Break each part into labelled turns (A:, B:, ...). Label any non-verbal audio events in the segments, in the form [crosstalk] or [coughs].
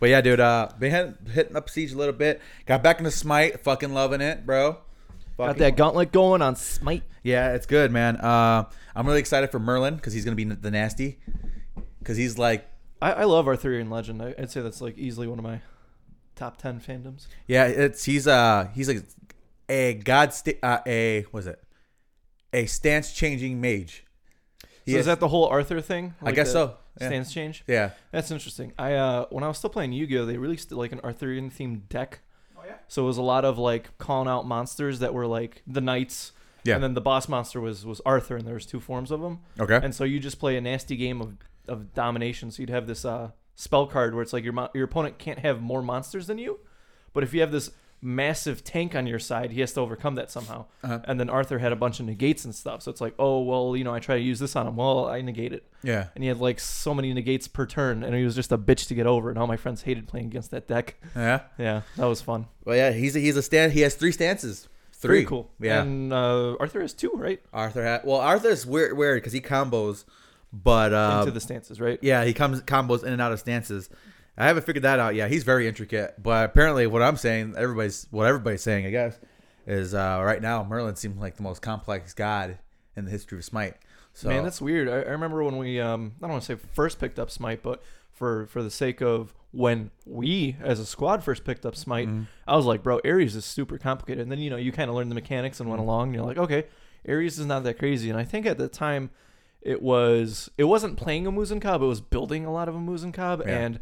A: But yeah, dude, uh, been hit- hitting up Siege a little bit. Got back into Smite, fucking loving it, bro.
B: Got
A: Fucking-
B: that gauntlet going on Smite.
A: Yeah, it's good, man. Uh, I'm really excited for Merlin because he's gonna be the nasty. Because he's like,
B: I, I love Arthurian Legend. I, I'd say that's like easily one of my top ten fandoms.
A: yeah, it's he's uh he's like a god sta- uh, a what is it a stance changing mage. He
B: So is that the whole Arthur thing?
A: I guess
B: the
A: so. Yeah.
B: Stance change.
A: yeah.
B: That's interesting. I uh, when I was still playing Yu-Gi-Oh, they released like an Arthurian themed deck. Oh yeah. So it was a lot of like calling out monsters that were like the knights.
A: Yeah.
B: And then the boss monster was was Arthur, and there was two forms of him.
A: Okay.
B: And so you just play a nasty game of, of domination. So you'd have this uh, spell card where it's like your mo- your opponent can't have more monsters than you, but if you have this massive tank on your side, he has to overcome that somehow.
A: Uh-huh.
B: And then Arthur had a bunch of negates and stuff. So it's like, oh well, you know, I try to use this on him. Well, I negate it.
A: Yeah.
B: And he had like so many negates per turn, and he was just a bitch to get over. And all my friends hated playing against that deck. [laughs]
A: Yeah.
B: Yeah, that was fun.
A: Well, yeah, he's a, he's a stand. He has three stances. Three.
B: Very cool.
A: Yeah.
B: And uh, Arthur has two, right?
A: Arthur had well, Arthur's weird weird because he combos, but uh,
B: Into the stances, right?
A: yeah, he comes combos in and out of stances. I haven't figured that out yet. He's very intricate, but apparently, what I'm saying, everybody's what everybody's saying, I guess, is uh, right now Merlin seems like the most complex god in the history of Smite. So
B: Man, that's weird. I, I remember when we, um, I don't want to say first picked up Smite, but for for the sake of when we as a squad first picked up Smite, I was like, bro, Ares is super complicated. And then you know you kind of learned the mechanics and went along, and you're like, okay, Ares is not that crazy. And I think at the time, it was it wasn't playing a Muzenkab, it was building a lot of a Muzenkab,
A: Yeah.
B: and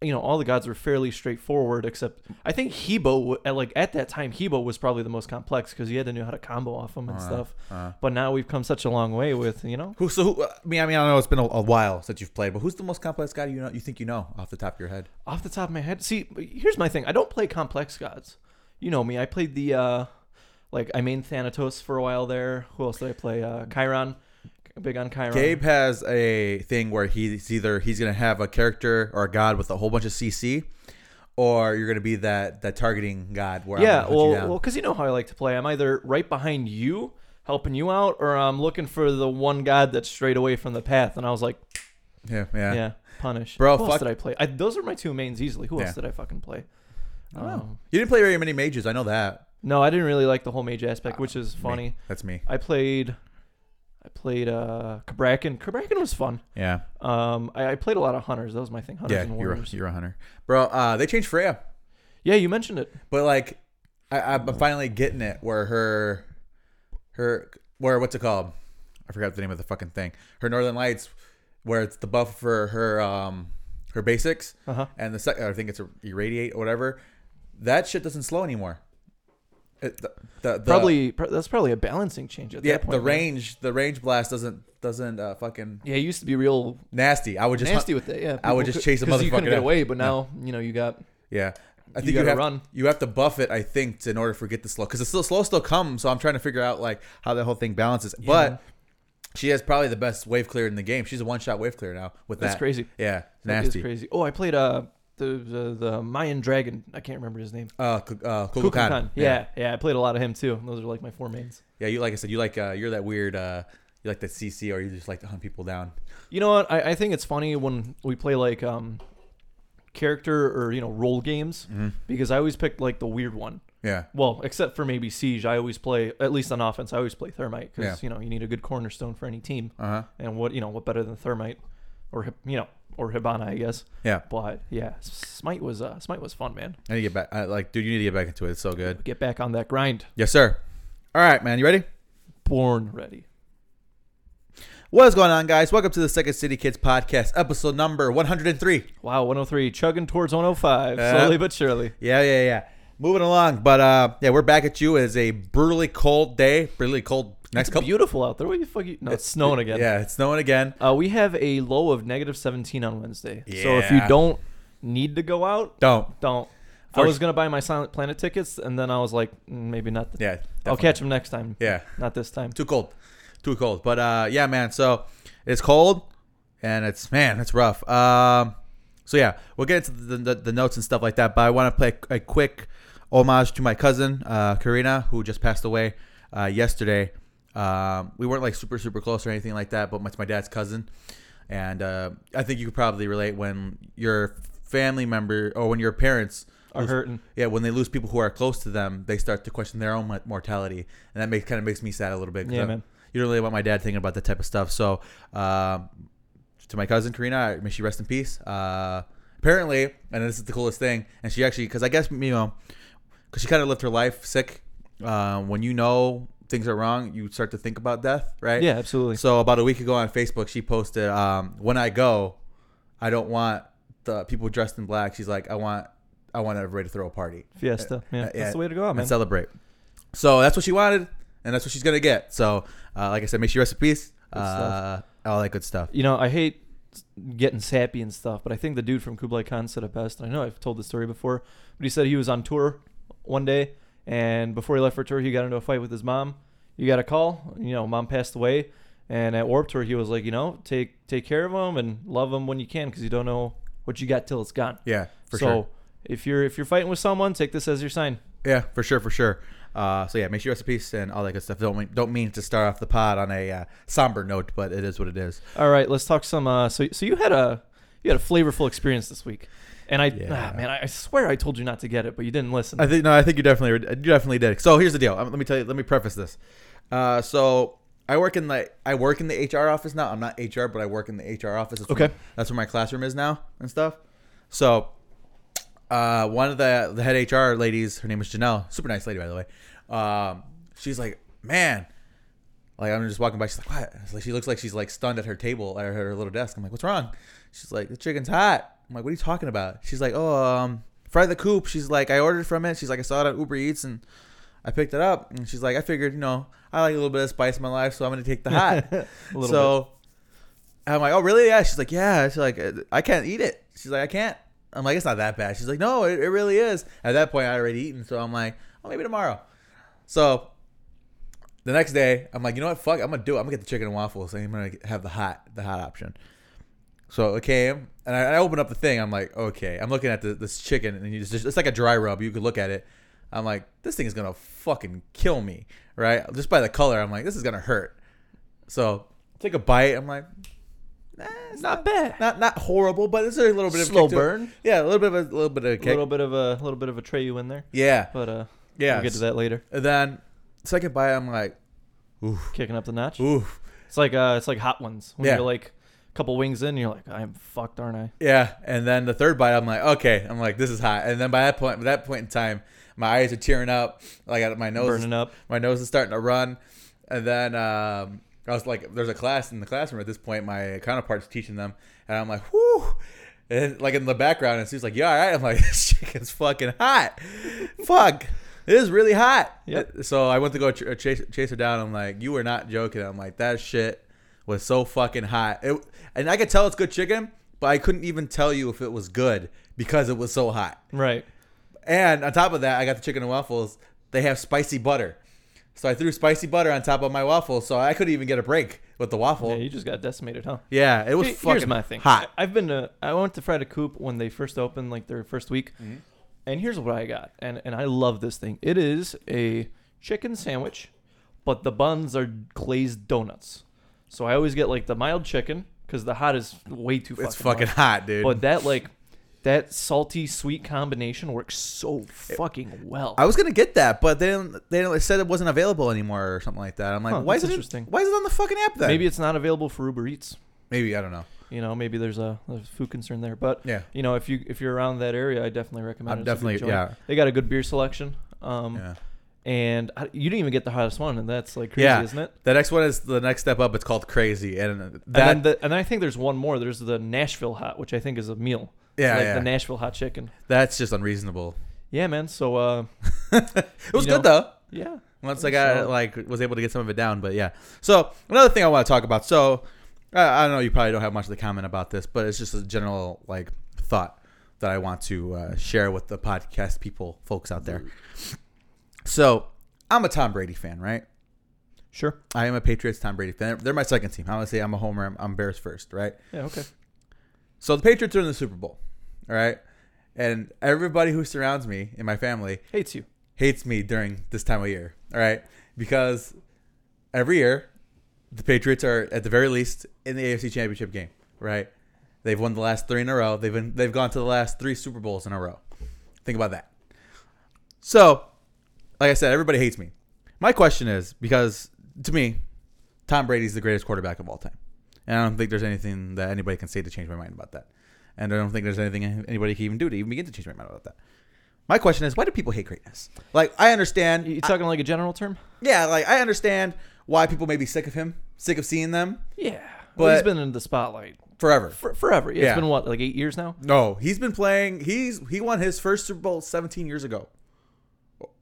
B: you know all the gods were fairly straightforward except i think hebo w- like at that time hebo was probably the most complex because you had to know how to combo off him and stuff but now we've come such a long way with you know
A: who? So who? I mean, I mean, I know it's been a, a while since you've played, but who's the most complex god you know you think you know off the top of your head?
B: off the top of my head see here's my thing i don't play complex gods you know me i played the uh like i main thanatos for a while there who else did i play uh chiron big on chiron
A: Gabe has a thing where he's either he's gonna have a character or a god with a whole bunch of CC, or you're gonna be that that targeting god. Where
B: yeah
A: I'm gonna hunt
B: well
A: you
B: well
A: down.
B: 'cause because you know how i like to play i'm either right behind you helping you out or i'm looking for the one god that's straight away from the path and i was like
A: yeah, yeah,
B: Yeah, punish.
A: Bro,
B: who
A: fuck-
B: else did I play? I, those are my two mains easily. Who
A: Yeah.
B: else did I fucking play?
A: I don't know.
B: Um,
A: You didn't play very many mages. I know that.
B: no, I didn't really like the whole mage aspect, which is funny.
A: Me. That's me.
B: I played, I played uh Kabrakin. Kabrakin was fun.
A: Yeah,
B: Um, I, I played a lot of hunters. That was my thing. Hunters
A: yeah.
B: and
A: You're a,
B: warriors.
A: you're a hunter, bro. Uh, they changed Freya,
B: yeah, you mentioned it.
A: but like, I, I'm finally getting it. Where her, her, where what's it called? I forgot the name of the fucking thing. Her Northern Lights, where it's the buff for her um her basics,
B: Uh-huh.
A: and the second I think it's irradiate or whatever. That shit doesn't slow anymore. It, the, the, the,
B: Probably pr- that's probably a balancing change at
A: yeah.
B: that point.
A: the
B: man.
A: range, the range blast doesn't doesn't uh, fucking
B: Yeah, it used to be real
A: nasty. I would just hunt-
B: nasty with it. Yeah,
A: I would
B: people
A: just
B: could-
A: chase a
B: 'cause You couldn't
A: motherfucker
B: get
A: down.
B: away, but now you know you got.
A: Yeah. I
B: You
A: think you,
B: gotta
A: have
B: run.
A: you have to buff it. I think to, in order for get the slow because the slow, slow still comes. So I'm trying to figure out like how that whole thing balances. But she has probably the best wave clear in the game. She's a one shot wave clear now with
B: That's
A: that.
B: crazy.
A: Yeah,
B: That is
A: nasty.
B: crazy. Oh, I played uh the, the the Mayan dragon. I can't remember his name.
A: Uh, Ku- uh, Kukulkan.
B: Kukulkan. Yeah. yeah, I played a lot of him too. Those are like my four mains.
A: yeah. You like I said, you like uh, you're that weird. Uh, you like that CC, or you just like to hunt people down.
B: You know what? I, I think it's funny when we play like um character or you know role games
A: Mm-hmm.
B: because I always pick like the weird one.
A: Yeah,
B: Well, except for maybe siege, I always play at least on offense. I always play thermite because
A: Yeah.
B: you know you need a good cornerstone for any team.
A: Uh-huh.
B: And what you know what better than thermite or Hib- you know or Hibana I guess.
A: yeah.
B: But yeah, smite was uh, smite was fun, man.
A: I need to get back. I, like, dude, you need to get back into it. It's so good.
B: Get back on that grind.
A: Yes, sir. All right, man. You ready?
B: Born ready.
A: What is going on, guys? Welcome to the Second City Kids podcast, episode number 103.
B: Wow, 103 chugging towards 105
A: Yeah.
B: slowly but surely.
A: Yeah, yeah, yeah. Moving along, but uh, yeah, we're back at you. It is a brutally cold day, brutally cold. Next
B: It's
A: couple,
B: beautiful out there. What the fuck? You, no, it's, snowing again.
A: yeah, it's snowing again.
B: Uh, we have a low of negative 17 on Wednesday. So if you
A: Yeah.
B: don't need to go out,
A: Don't,
B: don't. I was gonna buy my Silent Planet tickets, and then I was like, "Mm, maybe not. th-
A: yeah,
B: I'll
A: definitely.
B: catch them next time.
A: Yeah,
B: Not this time.
A: too cold, too cold. But uh, yeah, man. So it's cold, and it's man, it's rough. Um, so yeah, we'll get into the, the, the notes and stuff like that. But I want to play a quick homage to my cousin uh, Karina, who just passed away uh, yesterday. Um, we weren't like super super close or anything like that, but it's my dad's cousin, and uh, I think you could probably relate when your family member or when your parents
B: Are
A: lose-
B: hurting.
A: yeah, when they lose people who are close to them, they start to question their own mo- mortality, and that makes kind of makes me sad a little bit. 'cause
B: Yeah,
A: I-
B: man.
A: You don't really want my dad thinking about that type of stuff. So, um, to my cousin Karina, may she rest in peace. Uh, apparently, and this is the coolest thing, and she actually, because I guess you know, because she kind of lived her life sick. Uh, when you know things are wrong, you start to think about death, right?
B: Yeah, absolutely.
A: So about a week ago on Facebook, she posted, um, "When I go, I don't want the people dressed in black." She's like, "I want, I want everybody to throw a party."
B: Fiesta. Yeah,
A: uh, yeah.
B: that's the way to go, out, man.
A: and celebrate. So that's what she wanted, and that's what she's gonna get. So, uh, like I said, make sure you rest in peace.
B: Good stuff.
A: Uh, all that good stuff.
B: you know, I hate getting sappy and stuff, but I think the dude from Kublai Khan said it best. And I know I've told this story before, but he said he was on tour one day, and before he left for tour, he got into a fight with his mom. You got a call, you know, mom passed away, and at Warp Tour, he was like, you know, take take care of him and love him when you can, because you don't know what you got till it's gone.
A: Yeah, for
B: so
A: sure.
B: if you're if you're fighting with someone, take this as your sign.
A: Yeah, for sure, for sure. Uh, so yeah, make sure you rest in peace and all that good stuff. Don't mean, don't mean to start off the pod on a uh, somber note, but it is what it is.
B: All right, let's talk some. Uh, so, so you had a you had a flavorful experience this week, and I
A: Yeah.
B: ah, man, I I swear I told you not to get it, but you didn't listen.
A: I think no, I think you definitely you definitely did. So here's the deal. Um, Let me tell you. Let me preface this. Uh, so I work in the I work in the HR office now. I'm not HR, but I work in the HR office. That's Where,
B: Okay.
A: that's where my classroom is now and stuff. So uh, one of the the head HR ladies, her name is Janelle, super nice lady by the way. Um, she's like, man, like I'm just walking by. She's like, what? It's like, she looks like she's like stunned at her table at her, her little desk. I'm like, what's wrong? She's like, the chicken's hot. I'm like, what are you talking about? She's like, oh, um, fry the coop. She's like, I ordered from it. She's like, I saw it on Uber Eats and I picked it up. And she's like, I figured, you know, I like a little bit of spice in my life, so I'm gonna take [laughs] the
B: [laughs]
A: hot.
B: little
A: so I'm like, oh, really? Yeah. She's like, yeah. She's like, I can't eat it. She's like, I can't. I'm like, it's not that bad. She's like, no, it, it really is. At that point, I already eaten, so I'm like, oh, maybe tomorrow. So the next day, I'm like, you know what? Fuck, I'm gonna do it. I'm gonna get the chicken and waffles, and I'm gonna have the hot, the hot option. So it came, and I, I opened up the thing. I'm like, okay. I'm looking at the, this chicken, and you just, it's like a dry rub. You could look at it. I'm like, this thing is gonna fucking kill me, right? Just by the color, I'm like, this is gonna hurt. So take a bite. I'm like, nah, it's not,
B: Not bad.
A: not not horrible, but it's a little bit of a
B: Slow
A: kick to it.
B: burn.
A: Yeah, a little bit of a little bit of a
B: A
A: kick.
B: little bit of a little bit of a tray you in there,
A: yeah,
B: but uh,
A: yeah.
B: we'll get to that later.
A: And then second bite, I'm like, oof,
B: Kicking up the notch.
A: oof.
B: It's like uh, it's like hot ones when
A: Yeah.
B: you're like a couple wings in, you're like, I'm fucked, aren't I?
A: Yeah, and then the third bite, I'm like, okay, I'm like, this is hot. And then by that point, by that point in time, my eyes are tearing up, like out of my nose,
B: Burning up.
A: my nose is starting to run, and then um, I was like, there's a class in the classroom at this point. My counterpart's teaching them, and I'm like, whoo. And like in the background, and she's like, "Yeah, all right." I'm like, [laughs] "This chicken's fucking hot, fuck, it is really hot."
B: Yep.
A: So I went to go ch- chase, chase her down. I'm like, "You were not joking." I'm like, "That shit was so fucking hot," it, and I could tell it's good chicken, but I couldn't even tell you if it was good because it was so hot.
B: Right.
A: And on top of that, I got the chicken and waffles. They have spicy butter. So I threw spicy butter on top of my waffle, so I couldn't even get a break with the waffle.
B: Yeah,
A: Yeah,
B: you just got decimated, huh?
A: it was
B: Here-
A: fucking
B: here's my thing.
A: hot.
B: I- I've been to I went to Fried a Coop when they first opened, like their first week.
A: Mm-hmm.
B: And here's what I got, and and I love this thing. It is a chicken sandwich, but the buns are glazed donuts. So I always get like the mild chicken because the hot is way too fucking.
A: It's fucking
B: much.
A: hot, dude.
B: But Oh, that like that salty sweet combination works so fucking well.
A: I was gonna get that, but they didn't, they didn't, it said it wasn't available anymore or something like that. I'm like,
B: Huh,
A: why is
B: that's
A: it
B: interesting.
A: why is it on the fucking app then?
B: Maybe it's not available for Uber Eats.
A: maybe I don't know.
B: You know, maybe there's a, there's a food concern there, but
A: Yeah.
B: you know, if you if you're around that area, I definitely recommend
A: I'm
B: it. It's a good
A: definitely-
B: joint.
A: yeah.
B: They got a good beer selection. Um,
A: Yeah.
B: and I, you didn't even get the hottest one, and that's like crazy,
A: yeah,
B: isn't it?
A: The next one is the next step up. It's called crazy, and that
B: and then, the, and then I think there's one more. There's the Nashville hot, which I think is a meal.
A: Yeah,
B: like
A: yeah.
B: the Nashville hot chicken.
A: that's just unreasonable.
B: Yeah, man. So, uh,
A: It was
B: You
A: good though.
B: yeah,
A: Once I got
B: So-
A: like was able to get some of it down, but yeah. So another thing I want to talk about. So I, I don't know you probably don't have much of the comment about this, but it's just a general like thought that I want to uh, share with the podcast people, folks out there. So I'm a Tom Brady fan, right?
B: sure.
A: I am a Patriots Tom Brady fan. They're my second team. I want to say I'm a homer. I'm, I'm Bears first, right?
B: Yeah, okay.
A: So the Patriots are in the Super Bowl, all right? And everybody who surrounds me in my family
B: Hates you.
A: hates me during this time of year. All right, because every year the Patriots are at the very least in the AFC Championship game. Right, They've won the last three in a row. They've been they've gone to the last three Super Bowls in a row. Think about that. So, like I said, everybody hates me. My question is because to me, Tom Brady's the greatest quarterback of all time, and I don't think there's anything that anybody can say to change my mind about that. And I don't think there's anything anybody can even do to even begin to change my mind about that. My question is, why do people hate greatness? Like, I understand.
B: You talking like a general term?
A: Yeah, like I understand why people may be sick of him, sick of seeing them
B: Yeah.
A: But-
B: Well, he's been in the spotlight
A: forever.
B: for, forever. Yeah,
A: Yeah.
B: It's been what, like eight years now?
A: No, he's been playing. He's he won his first Super Bowl 17 years ago,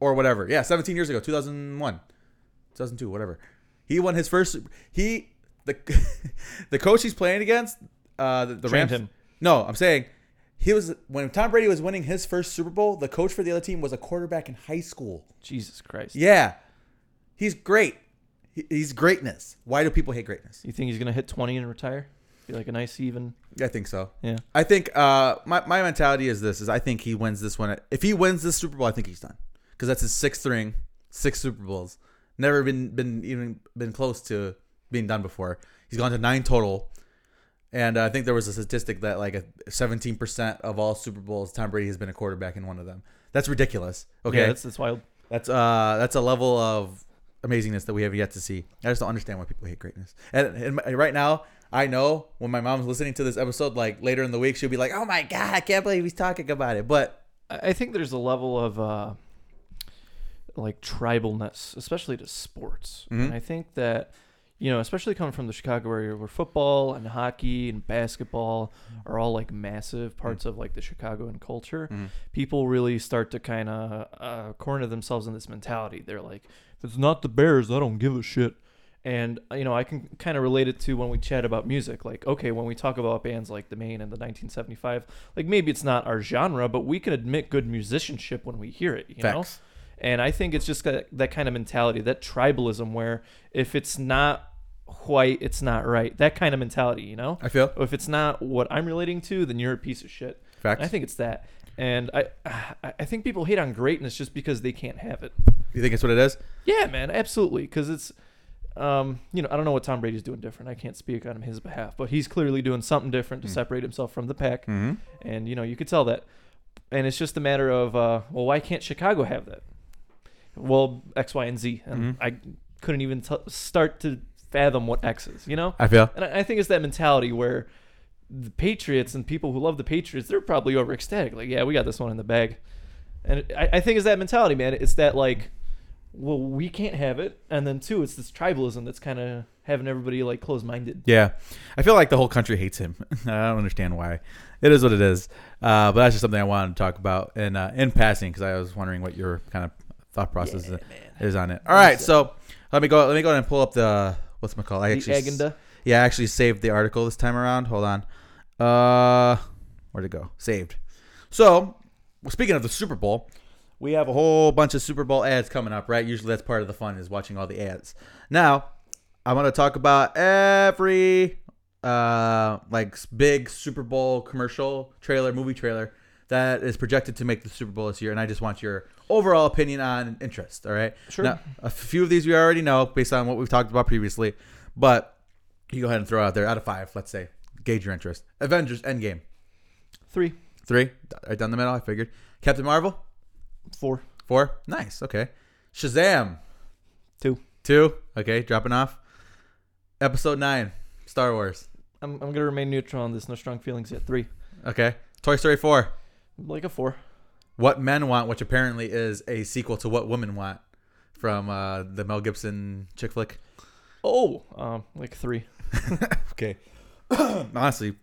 A: or whatever. Yeah, 17 years ago, 2001, 2002, whatever. He won his first. He the [laughs] the coach he's playing against. Uh, the, the
B: Trained
A: Rams.
B: him.
A: No, I'm saying he was when Tom Brady was winning his first Super Bowl. The coach for the other team was a quarterback in high school.
B: Jesus Christ.
A: Yeah, he's great. He- He's greatness. Why do people hate greatness?
B: You think he's gonna hit twenty and retire? Be like a nice even.
A: I think so.
B: Yeah.
A: I think uh, my my mentality is this: is I think he wins this one. If he wins this Super Bowl, I think he's done because that's his sixth ring, six Super Bowls. Never been been even been close to being done before. He's gone to nine total, and uh, I think there was a statistic that like seventeen percent of all Super Bowls, Tom Brady has been a quarterback in one of them. That's ridiculous. Okay,
B: Yeah,
A: that's
B: that's that's wild.
A: that's uh that's a level of amazingness that we have yet to see. I just don't understand why people hate greatness. And, and my- right now, I know when my mom's listening to this episode, like later in the week, she'll be like, "Oh my god, I can't believe he's talking about it." But
B: I I think there's a level of uh, like tribalness, especially to sports. And I think that you know, especially coming from the Chicago area, where football and hockey and basketball are all like massive parts of like the Chicagoan culture, people really start to kind of uh, corner themselves in this mentality. They're like, if it's not the Bears, I don't give a shit. And you know, I can kind of relate it to when we chat about music. Like, okay, when we talk about bands like The Maine and the 1975, like maybe it's not our genre, but we can admit good musicianship when we hear it. You
A: Facts.
B: know, and I think it's just that, that kind of mentality, that tribalism, where if it's not white, it's not right. That kind of mentality. You know,
A: I feel
B: if it's not what I'm relating to, then you're a piece of shit.
A: Facts.
B: I think it's that, and I, I I think people hate on greatness just because they can't have it.
A: you think it's what it is.
B: Yeah, man, absolutely. Because it's, um, you know, I don't know what Tom Brady's doing different. I can't speak on his behalf, but he's clearly doing something different to separate himself from the pack, and you know, you could tell that. And it's just a matter of, uh, well, why can't Chicago have that? Well, X, Y, and Z,
A: Mm-hmm.
B: and I couldn't even t- start to fathom what X is. You know,
A: I feel.
B: and I, I think it's that mentality where the Patriots and people who love the Patriots, they're probably over ecstatic. Like, yeah, we got this one in the bag. And it, I, I think it's that mentality, man. It's that, like, well, we can't have it. And then, two, it's this tribalism that's kind of having everybody, like, closed minded.
A: Yeah, I feel like the whole country hates him. [laughs] I don't understand why. It is what it is. Uh, but that's just something I wanted to talk about in uh, in passing because I was wondering what your kind of thought process is, is on it. All right, so let me go. Let me go ahead and pull up the what's it called. I
B: The
A: actually s-
B: agenda.
A: yeah, I actually saved the article this time around. Hold on. Uh, where'd it go? Saved. So, well, speaking of the Super Bowl, we have a whole bunch of Super Bowl ads coming up, right? Usually that's part of the fun is watching all the ads. Now, I want to talk about every uh like s- big Super Bowl commercial trailer, movie trailer that is projected to make the Super Bowl this year, and I just want your overall opinion on interest. All right,
B: Sure.
A: Now, a few of these we already know based on what we've talked about previously, but you go ahead and throw out there out of five, let's say, gauge your interest. Avengers Endgame,
B: Three,
A: three, right down the middle. I figured. Captain Marvel,
B: four,
A: Four. Nice. Okay. Shazam.
B: two.
A: Two. Okay. Dropping off. Episode nine. Star Wars.
B: I'm, I'm going to remain neutral on this. No strong feelings yet. Three,
A: Okay. Toy Story four.
B: like a four.
A: What Men Want, which apparently is a sequel to What Women Want from uh, the Mel Gibson chick flick.
B: Oh, um, like three.
A: Okay. [coughs] Honestly,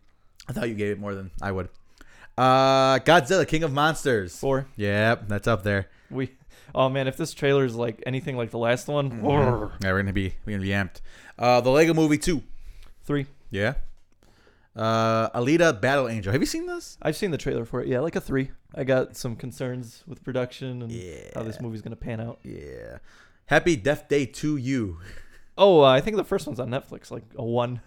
A: I thought you gave it more than I would. Uh, Godzilla, King of Monsters.
B: Four.
A: Yep, that's up there.
B: We. Oh, man, if this trailer is like anything like the last
A: Mm-hmm.
B: one,
A: Yeah, we're gonna be we're gonna be amped. Uh, the Lego Movie two.
B: three.
A: Yeah. Uh, Alita, Battle Angel. Have you seen this?
B: I've seen the trailer for it. Yeah, like a three. I got some concerns with production and how this movie's gonna pan out.
A: Yeah. Happy Death Day to you.
B: Oh, uh, I think the first one's on Netflix, like a one.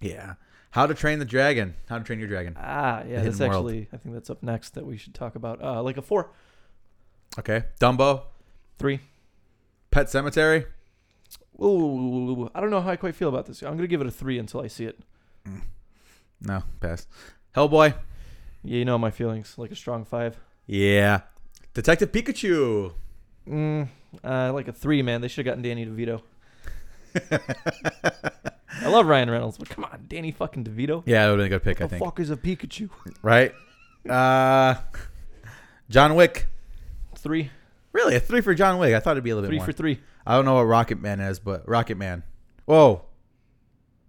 A: Yeah. How to Train the Dragon. How to Train Your Dragon.
B: Ah, yeah,
A: Hidden
B: that's
A: World.
B: actually. I think that's up next that we should talk about. Uh, like a four,
A: Okay. Dumbo.
B: three.
A: Pet Cemetery.
B: Ooh, I don't know how I quite feel about this. I'm gonna give it a three until I see it.
A: No, pass. Hellboy.
B: Yeah, you know my feelings. Like a strong five.
A: Yeah. Detective
B: [laughs]
A: Pikachu.
B: Mm, uh, like a three, man. They should have gotten Danny DeVito. I love Ryan Reynolds, but come on, Danny fucking DeVito.
A: Yeah, that would have been a good pick, I
B: the
A: think.
B: fuck is
A: [laughs]
B: a Pikachu?
A: Right? Uh, John Wick.
B: Three,
A: Really, a three for John Wick. I thought it'd be a little
B: three
A: bit more.
B: for three.
A: I don't know what Rocket Man is, but Rocket Man. Whoa.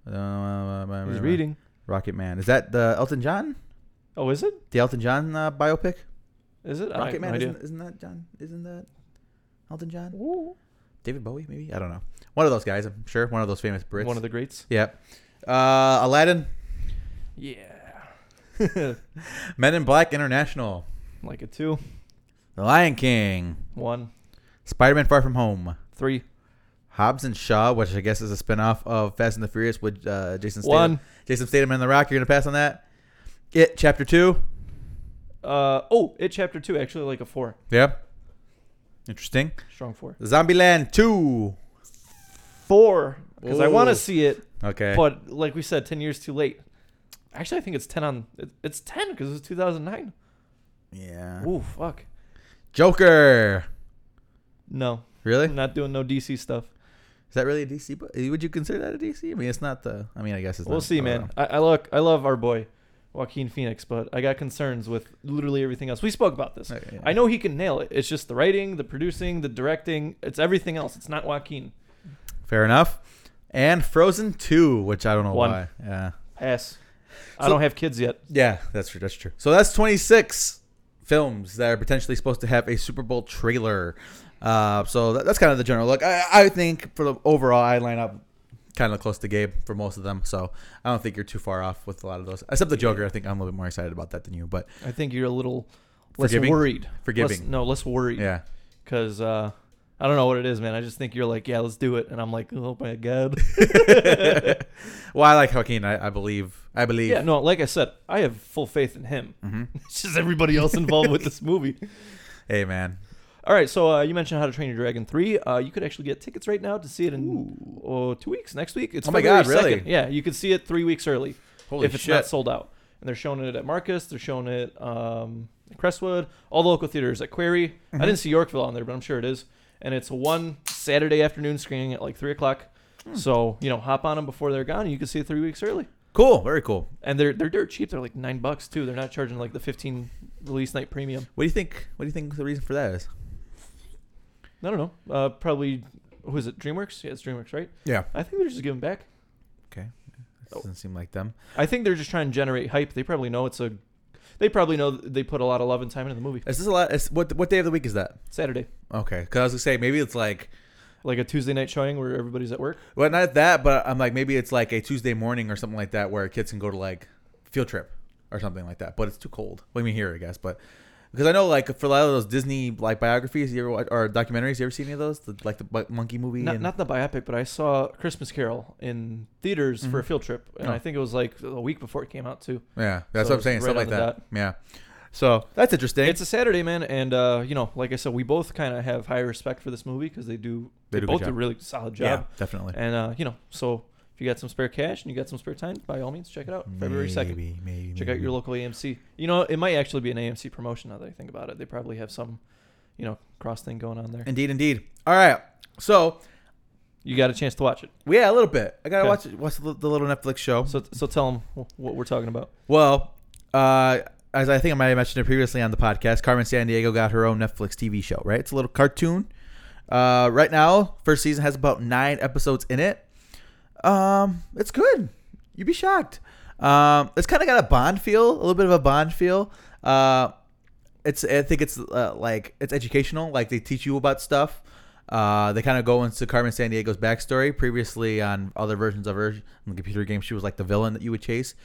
A: Uh,
B: He's reading.
A: Rocket Man. Is that the Elton John?
B: Oh, is it?
A: The Elton John uh, biopic?
B: Is it? I
A: Rocket
B: have no
A: Man,
B: idea.
A: isn't, isn't that John? Isn't that Elton John?
B: Ooh.
A: David Bowie, maybe? I don't know. One of those guys, I'm sure. One of those famous Brits.
B: One of the greats.
A: Yep. Uh, Aladdin,
B: Yeah.
A: Men in Black International,
B: like a two,
A: The Lion King,
B: one,
A: Spider Man Far From Home,
B: three,
A: Hobbs and Shaw, which I guess is a spin off of Fast and the Furious with uh, Jason Statham.
B: one.
A: Jason Statham and The Rock. You're going to pass on that? It, Chapter 2.
B: Uh oh, it chapter two actually like a four,
A: Yep. Interesting.
B: strong four.
A: Zombieland 2.
B: Four, because I want
A: Ooh.
B: to see it,
A: Okay.
B: but like we said, ten years too late. Actually, I think it's ten on. it- It's ten because it's two thousand nine.
A: Yeah.
B: Ooh, fuck.
A: Joker.
B: No,
A: Really?
B: I'm not doing no DC stuff.
A: Is that really a DC? book? Would you consider that a DC? I mean, it's not the. I mean, I guess it's. Oh,
B: we'll
A: not,
B: see,
A: I don't
B: man.
A: know.
B: I, I look, I love our boy, Joaquin Phoenix, but I got concerns with literally everything else. We spoke about this.
A: Okay, yeah.
B: I know he can nail it. It's just the writing, the producing, the directing. It's everything else. It's not Joaquin.
A: Fair enough. And Frozen Two, which I don't know
B: One.
A: why. Yeah.
B: Pass. I
A: So-
B: don't have kids yet.
A: Yeah, that's true. That's true. So that's 26 films that are potentially supposed to have a Super Bowl trailer. Uh, so that, that's kind of the general look. I, I think for the overall, I line up kind of close to Gabe for most of them. So I don't think you're too far off with a lot of those, except the Joker. I think I'm a little bit more excited about that than you, but
B: I think you're a little less
A: Forgiving?
B: worried.
A: Forgiving.
B: Less- no, less worried.
A: yeah. [laughs]
B: Because uh, I don't know what it is, man. I just think you're like, yeah, let's do it, and I'm like, oh my god.
A: well, I like Joaquin. I, I believe. I believe.
B: yeah. No, like I said, I have full faith in him.
A: Mhm.
B: [laughs] it's just everybody else involved with this movie.
A: Hey, man.
B: All right, so uh, you mentioned How to Train Your Dragon three. Uh, you could actually get tickets right now to see it in oh, two weeks. Next week, it's
A: Oh my
B: February
A: God, really?
B: 2nd. Yeah, you could see it three weeks early
A: Holy
B: if it's
A: shit.
B: not sold out. And they're showing it at Marcus. They're showing it um, at Crestwood. All the local theaters at Query.
A: Mm-hmm.
B: I didn't see Yorkville on there, but I'm sure it is. And it's one Saturday afternoon screening at like three o'clock.
A: Hmm.
B: So you know, hop on them before they're gone. and You can see it three weeks early.
A: cool. Very cool.
B: And they're they're dirt cheap. They're like nine bucks too. They're not charging like the fifteen release night premium.
A: What do you think? What do you think the reason for that is?
B: I don't know. Uh, probably who is it? DreamWorks. Yeah, it's DreamWorks, right?
A: Yeah.
B: I think they're just giving back.
A: Okay. Doesn't seem like them.
B: I think they're just trying to generate hype. They probably know it's a. They probably know th- they put a lot of love and time into the movie.
A: Is this a lot? Is, what what day of the week is that?
B: Saturday,
A: Okay, because I was gonna say maybe it's like
B: like a Tuesday night showing where everybody's at work.
A: well not that, but I'm like maybe it's like a Tuesday morning or something like that where kids can go to like field trip or something like that. But it's too cold. Well, I mean here I guess, but because I know like for a lot of those Disney like biographies, you ever watch, or documentaries, you ever seen any of those? The, like the bu- monkey movie.
B: Not,
A: and,
B: not the biopic, but I saw Christmas Carol in theaters for a
A: Mhm.
B: field trip, and
A: Oh.
B: I think it was like a week before it came out too.
A: yeah, that's
B: so
A: what I'm saying.
B: it's
A: Stuff like
B: right on the
A: that.
B: dot.
A: Yeah. So that's interesting.
B: It's a Saturday, man, and uh, you know, like I said, we both kind of have high respect for this movie because they do
A: They
B: they,
A: do a good
B: both do
A: job.
B: a really solid job.
A: yeah, definitely.
B: And uh, you know, so if you got some spare cash and you got some spare time, by all means, check it out. February second.
A: Maybe, maybe,
B: Check out
A: maybe.
B: your local AMC. You know, it might actually be an AMC promotion now that I think about it. They probably have some, you know, cross thing going on there.
A: Indeed, indeed. All right. So
B: You got a chance to watch it.
A: yeah, a little bit. I gotta
B: Okay.
A: watch watch the, the little Netflix show.
B: So so tell them what we're talking about.
A: Well, uh, as I think I might have mentioned it previously on the podcast, Carmen San Diego got her own Netflix TV show, right? It's a little cartoon. Uh, right now, first season has about nine episodes in it. Um, it's good. You'd be shocked. Um, it's kind of got a Bond feel, a little bit of a Bond feel. Uh, it's I think it's uh, like it's educational. Like they teach you about stuff. Uh, they kind of go into Carmen San Diego's backstory. Previously, on other versions of her in the computer game, she was like the villain that you would chase,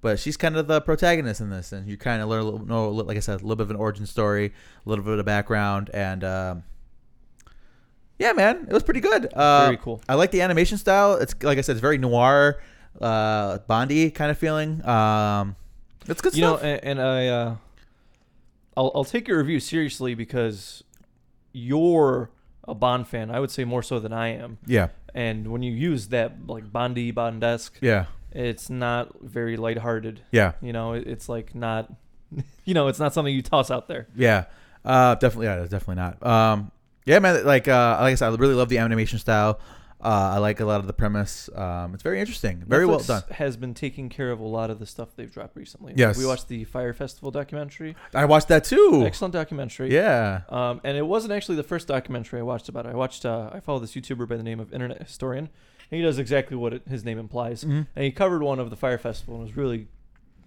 A: but she's kind of the protagonist in this, and you kind of learn a little, know, like I said, a little bit of an origin story, a little bit of background, and um, yeah, man, it was pretty good. Uh,
B: Very cool.
A: I like the animation style. It's like I said, it's very noir, uh, Bondy kind of feeling. Um, it's good
B: you
A: stuff.
B: know, and, and I, uh, I'll I'll take your review seriously because you're a Bond fan. I would say more so than I am.
A: yeah,
B: And when you use that like Bondy Bondesque,
A: yeah.
B: It's not very lighthearted.
A: Yeah.
B: You know, it- it's like not, [laughs] you know, it's not something you toss out there.
A: Yeah, uh, definitely. Yeah, definitely not. Um, yeah, man. Like, uh, like I said, I really love the animation style. Uh, I like a lot of the premise. Um, it's very interesting. Very well
B: Netflix
A: done.
B: Has been taking care of a lot of the stuff they've dropped recently.
A: Yes.
B: We watched the Fire Festival documentary.
A: I watched that too.
B: Excellent documentary.
A: Yeah.
B: Um, and it wasn't actually the first documentary I watched about it. I watched, uh, I follow this YouTuber by the name of Internet Historian, and he does exactly what it, his name implies.
A: Mhm.
B: And he covered one of the Fire Festival, and it was really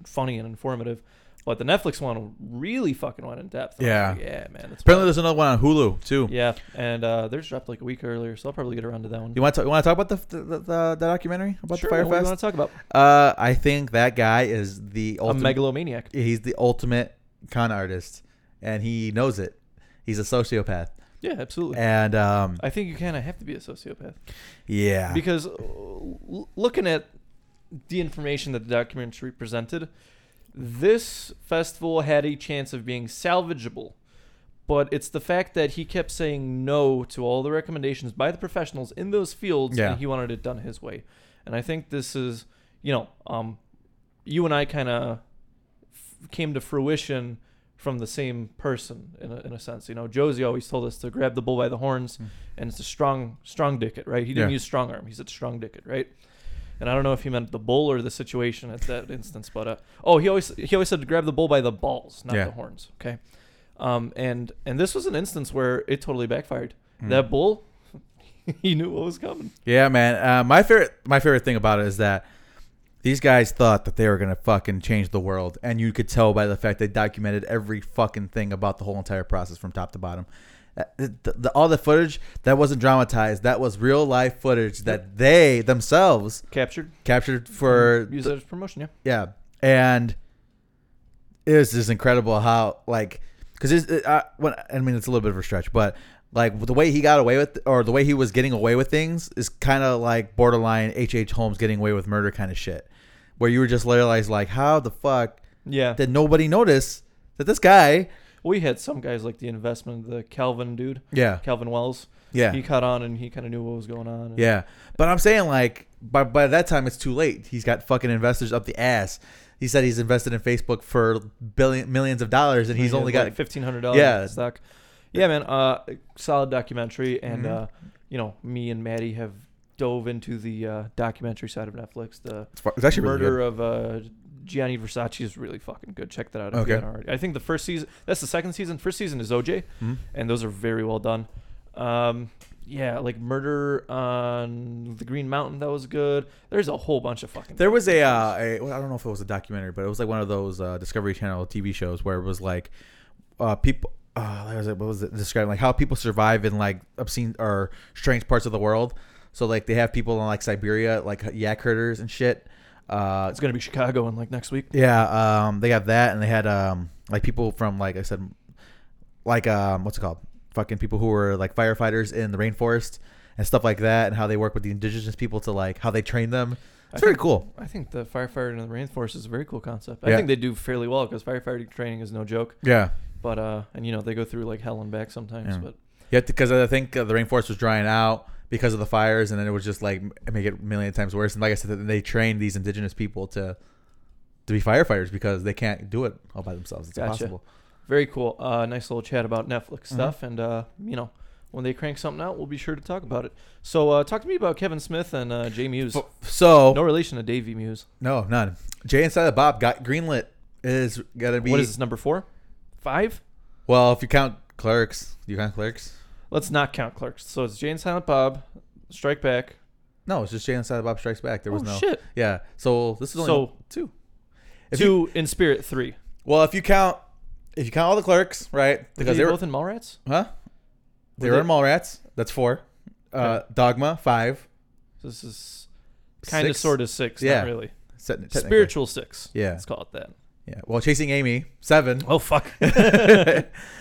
B: funny and informative. But the Netflix one really fucking went in depth. And I was
A: Yeah.
B: like, yeah, man. It's
A: Apparently, there's another one on Hulu too.
B: yeah, and uh, theirs dropped like a week earlier, so I'll probably get around to that one.
A: You want to you want to talk about the the, the, the documentary about
B: sure,
A: the
B: what do you
A: Firefest?
B: want to talk about?
A: Uh, I think that guy is the
B: a
A: ultimate.
B: megalomaniac.
A: he's the ultimate con artist, and he knows it. He's a sociopath,
B: Yeah, absolutely.
A: and um,
B: I think you kind of have to be a sociopath
A: yeah,
B: because uh, l- looking at the information that the documentary presented, this festival had a chance of being salvageable. But it's the fact that he kept saying no to all the recommendations by the professionals in those fields,
A: Yeah.
B: and he wanted it done his way. And I think this is, you know, um, you and I kind of f- came to fruition from the same person in a, in a sense. You know, Josie always told us to grab the bull by the horns, and it's a strong strong dicket, right? He didn't
A: Mm. Yeah.
B: use strong arm; he said strong dicket, right? And I don't know if he meant the bull or the situation at that instance, but uh, oh, he always he always said to grab the bull by the balls, not
A: Yeah.
B: the horns. Okay, um, and and this was an instance where it totally backfired.
A: Mm.
B: That bull, [laughs] he knew what was coming.
A: yeah, man. Uh, my favorite my favorite thing about it is that these guys thought that they were gonna fucking change the world, and you could tell by the fact they documented every fucking thing about the whole entire process from top to bottom. Uh, The, the, all the footage that wasn't dramatized, that was real life footage that they themselves
B: Captured
A: captured for
B: use that as promotion, yeah.
A: Yeah, and it was just incredible how like because it, I, when, I mean it's a little bit of a stretch, but like the way he got away with or the way he was getting away with things is kind of like borderline H. H. Holmes getting away with murder kind of shit, where you were just realized like how the fuck
B: Yeah,
A: did nobody notice that this guy?
B: we had some guys like the investment, the Calvin dude,
A: Yeah,
B: Calvin Wells.
A: yeah,
B: he caught on and he kind of knew what was going on. and-
A: yeah. But I'm saying like by by that time it's too late. He's got fucking investors up the ass. He said he's invested in Facebook for billion millions of dollars, and he's
B: he had,
A: only
B: like,
A: got
B: fifteen hundred dollars.
A: Yeah.
B: Yeah, stock. Yeah, man. Uh, solid documentary, and
A: Mhm.
B: uh, you know, me and Maddie have dove into the uh, documentary side of Netflix. The
A: It's, fu- it's actually really
B: murder
A: good.
B: of uh, Gianni Versace is really fucking good. Check that out. If
A: Okay.
B: you haven't already. I think the first season. That's the second season. First season is OJ,
A: Mhm.
B: and those are very well done. Um, yeah, like murder on the Green Mountain. That was good. There's a whole bunch of fucking.
A: There was a, uh, a well, I don't know if it was a documentary, but it was like one of those uh, Discovery Channel TV shows where it was like uh, people. Uh, what was it? What was it describing? Like how people survive in like obscene or strange parts of the world. So like they have people in like Siberia, like yak herders and shit. Uh,
B: It's gonna be Chicago in like next week.
A: yeah, um, they have that, and they had um, like people from like I said, like um, what's it called? Fucking people who were like firefighters in the rainforest and stuff like that, and how they work with the indigenous people to like how they train them. It's very cool.
B: I think the firefighter in the rainforest is a very cool concept.
A: Yeah.
B: I think they do fairly well because firefighting training is no joke.
A: Yeah.
B: But uh, and you know they go through like hell and back sometimes.
A: Yeah.
B: But
A: Yeah, because I think uh, the rainforest was drying out because of the fires, and then it was just like m- make it a million times worse. And like I said, then they trained these indigenous people to to be firefighters because they can't do it all by themselves. It's
B: Gotcha.
A: impossible.
B: very cool. Uh, nice little chat about Netflix
A: Mm-hmm.
B: stuff, and uh, you know when they crank something out, we'll be sure to talk about it. So uh, talk to me about Kevin Smith and uh, Jay Muse.
A: So
B: No relation to Davey Muse.
A: no, none. Jay and Silent Bob got greenlit. Is gonna be
B: What is this number four, five?
A: well if you count clerks. You count clerks?
B: Let's not count Clerks. So it's Jane Silent Bob, Strike Back.
A: No, it's just Jay and Silent Bob Strikes Back. There was
B: oh
A: no
B: shit!
A: yeah. So this is only
B: So-
A: two. If you-
B: Two in spirit, three.
A: well, if you count if you count all the clerks, right?
B: Because
A: Because
B: they
A: they were
B: both in Mallrats.
A: Huh?
B: Were
A: They were
B: they-
A: in Mallrats. That's four. Uh, Dogma five.
B: This is kind of
A: Six.
B: sort of six,
A: Yeah.
B: not really.
A: Se- technically.
B: Spiritual six.
A: Yeah.
B: Let's call it that.
A: Yeah. Well, Chasing Amy seven. [laughs]
B: Oh fuck.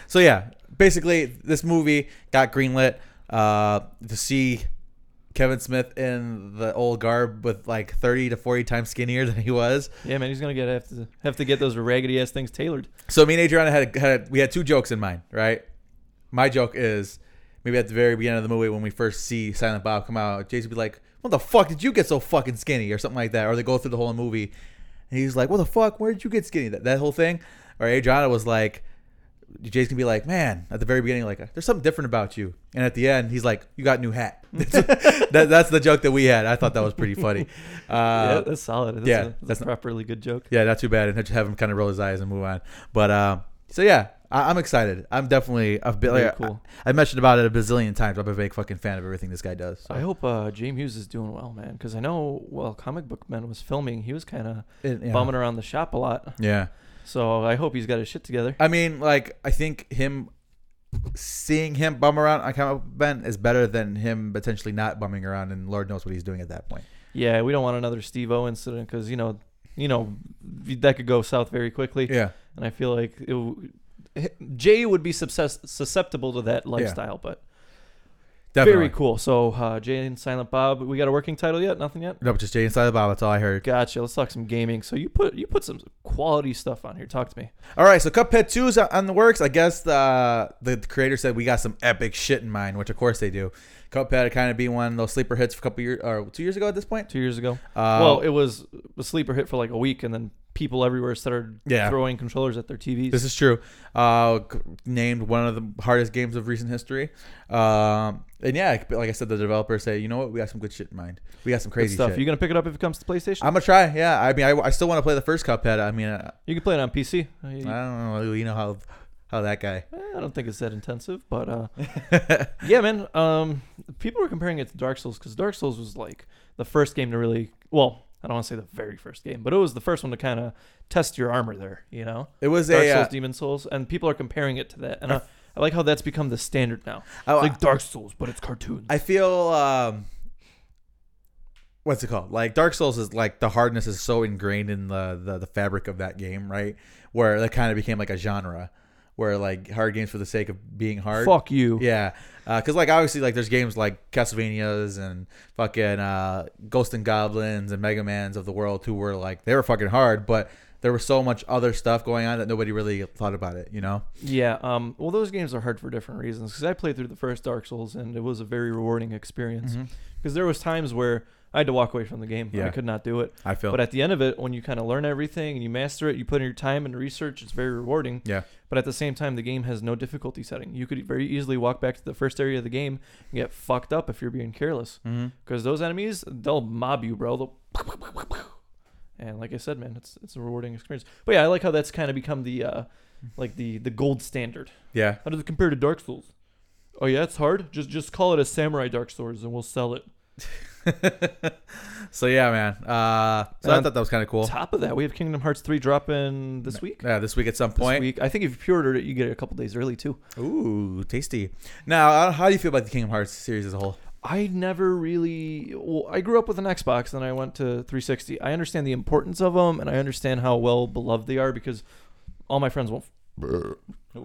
A: so yeah, basically this movie got greenlit. Uh, to see Kevin Smith in the old garb with like thirty to forty times skinnier than he was.
B: [laughs] yeah, man, he's gonna get have to have to get those raggedy ass things tailored.
A: So me and Adriana had, had we had two jokes in mind, right? My joke is maybe at the very beginning of the movie when we first see Silent Bob come out, Jason be like, "What the fuck did you get so fucking skinny?" or something like that, or they go through the whole movie, and he's like, "What the fuck? Where did you get skinny?" That, that whole thing. Or Adriana was like, Jason can be like, "Man," at the very beginning, like, "There's something different about you," and at the end, he's like, "You got a new hat." [laughs] that, that's the joke that we had. I thought that was pretty
B: [laughs]
A: funny.
B: yeah,
A: Uh,
B: that's solid. That's
A: yeah,
B: a, that's,
A: that's
B: a
A: not-
B: properly good joke.
A: yeah, not too bad, and just have him kind of roll his eyes and move on. But uh, so yeah, I, I'm excited. I'm definitely a bit
B: Very
A: like
B: cool.
A: I, I mentioned about it a bazillion times. I'm a big fucking fan of everything this guy does. So.
B: I hope uh, James Hughes is doing well, man. Because I know while Comic Book Man was filming, he was kind of
A: And, yeah.
B: bumming around the shop a lot.
A: Yeah,
B: So I hope he's got his shit together.
A: I mean, like I think him seeing him bum around on comic Book Ben is better than him potentially not bumming around, and Lord knows what he's doing at that point.
B: Yeah, we don't want another Steve O incident because you know, you know, that could go south very quickly.
A: Yeah,
B: And I feel like it, w- Jay would be susces- susceptible to that lifestyle, but
A: definitely.
B: very cool. So uh, Jay and Silent Bob, we got a working title yet? Nothing yet.
A: No, but just Jay and Silent Bob. That's all I heard.
B: Gotcha. Let's talk some gaming. So you put you put some quality stuff on here. Talk to me.
A: All right, so Cuphead 2's on- on the works. I guess uh, the creator said we got some epic shit in mind, which of course they do. Cuphead had kind of be one of those sleeper hits for a couple years or two years ago at this point.
B: Two years ago.
A: Uh,
B: well, it was a sleeper hit for like a week, and then people everywhere started
A: Yeah.
B: throwing controllers at their TVs.
A: This is true. Uh, c- named one of the hardest games of recent history. Um, and yeah, like I said, the developers say, you know what, we got some good shit in mind. We got some
B: Good
A: crazy
B: stuff.
A: shit.
B: You gonna pick it up if it comes to PlayStation?
A: I'm gonna try. Yeah, I mean, I, I still want to play the first Cuphead. I mean, I,
B: you can play it on PC. Uh, you-
A: I don't know. You know how how that guy.
B: Eh, I don't think it's that intensive,
A: [laughs]
B: but uh, yeah, man. Um, people were comparing it to Dark Souls because Dark Souls was like the first game to really, well, I don't want to say the very first game, but it was the first one to kind of test your armor there, you know?
A: It was
B: Dark
A: a.
B: Souls,
A: Uh,
B: Demon Souls, and people are comparing it to that, and I, I like how that's become the standard now.
A: oh,
B: It's like Dark Souls, but it's cartoons.
A: I feel um what's it called? Like Dark Souls is like the hardness is so ingrained in the the, the fabric of that game, right? Where that kind of became like a genre where like hard games for the sake of being hard.
B: Fuck you.
A: Yeah, because like obviously like there's games like Castlevanias and fucking uh, Ghost and Goblins and Mega Man's of the world who were like they were fucking hard, but there was so much other stuff going on that nobody really thought about it, you know?
B: Yeah, um, well, those games are hard for different reasons. Because I played through the first Dark Souls, and it was a very rewarding experience. Because there was times where I had to walk away from the game. I
A: Mm-hmm. Yeah.
B: could not do it.
A: I feel.
B: But at the end of it, when you kind of learn everything and you master it, you put in your time and research. It's very rewarding.
A: yeah,
B: But at the same time, the game has no difficulty setting. You could very easily walk back to the first area of the game and get fucked up if you're being careless.
A: Mhm.
B: Because those enemies, they'll mob you, bro. They'll [laughs] and like I said, man, it's it's a rewarding experience. But yeah, I like how that's kind of become the uh, like the the gold standard.
A: yeah.
B: How does it compare to Dark Souls? Oh yeah, it's hard. Just just call it a Samurai Dark Souls and we'll sell it.
A: [laughs] so yeah, man. Uh, so I
B: Um,
A: thought that was kind of cool.
B: Top of that, we have Kingdom Hearts three dropping this week.
A: Yeah, this week at some
B: this
A: point.
B: week. I think if you pre-ordered it, you get it a couple days early too.
A: Ooh, tasty. Now, uh, how do you feel about the Kingdom Hearts series as a whole?
B: I never really. Well, I grew up with an Xbox, then I went to 360. I understand the importance of them, and I understand how well beloved they are because all my friends won't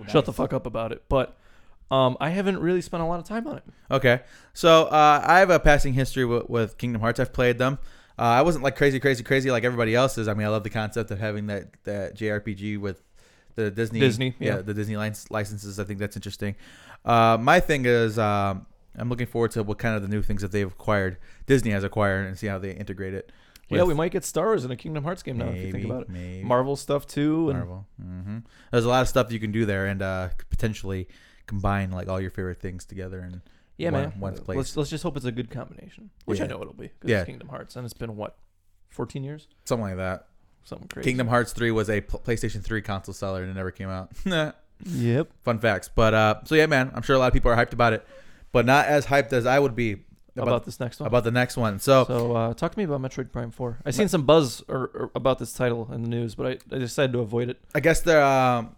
B: shut the fuck up about it. But um, I haven't really spent a lot of time on it.
A: Okay, so uh, I have a passing history with, with Kingdom Hearts. I've played them. Uh, I wasn't like crazy, crazy, crazy like everybody else is. I mean, I love the concept of having that that JRPG with the Disney,
B: Disney,
A: yeah,
B: yeah.
A: the Disney lic- licenses. I think that's interesting. Uh, my thing is, um, I'm looking forward to what kind of the new things that they've acquired, Disney has acquired, and see how they integrate it.
B: yeah,
A: with-
B: we might get Star Wars in a Kingdom Hearts game now if you think
A: Maybe,
B: about it.
A: maybe.
B: Marvel stuff too, and
A: Marvel. hmm There's a lot of stuff you can do there, and uh, could potentially combine like all your favorite things together. And
B: yeah,
A: one-
B: man.
A: one's place.
B: Let's let's just hope it's a good combination, which I
A: Yeah.
B: know it'll be. 'cause
A: Yeah.
B: it's Kingdom Hearts, and it's been what, 14 years,
A: something like that.
B: something crazy.
A: Kingdom Hearts Three was a pl- PlayStation Three console seller, and it never came out. [laughs]
B: Yep.
A: Fun facts, but uh, so yeah, man, I'm sure a lot of people are hyped about it, but not as hyped as I would be
B: About,
A: about
B: this next one.
A: about the next one. So,
B: So uh, talk to me about Metroid Prime Four. I seen some buzz or, or about this title in the news, but I, I decided to avoid it.
A: I guess they're um,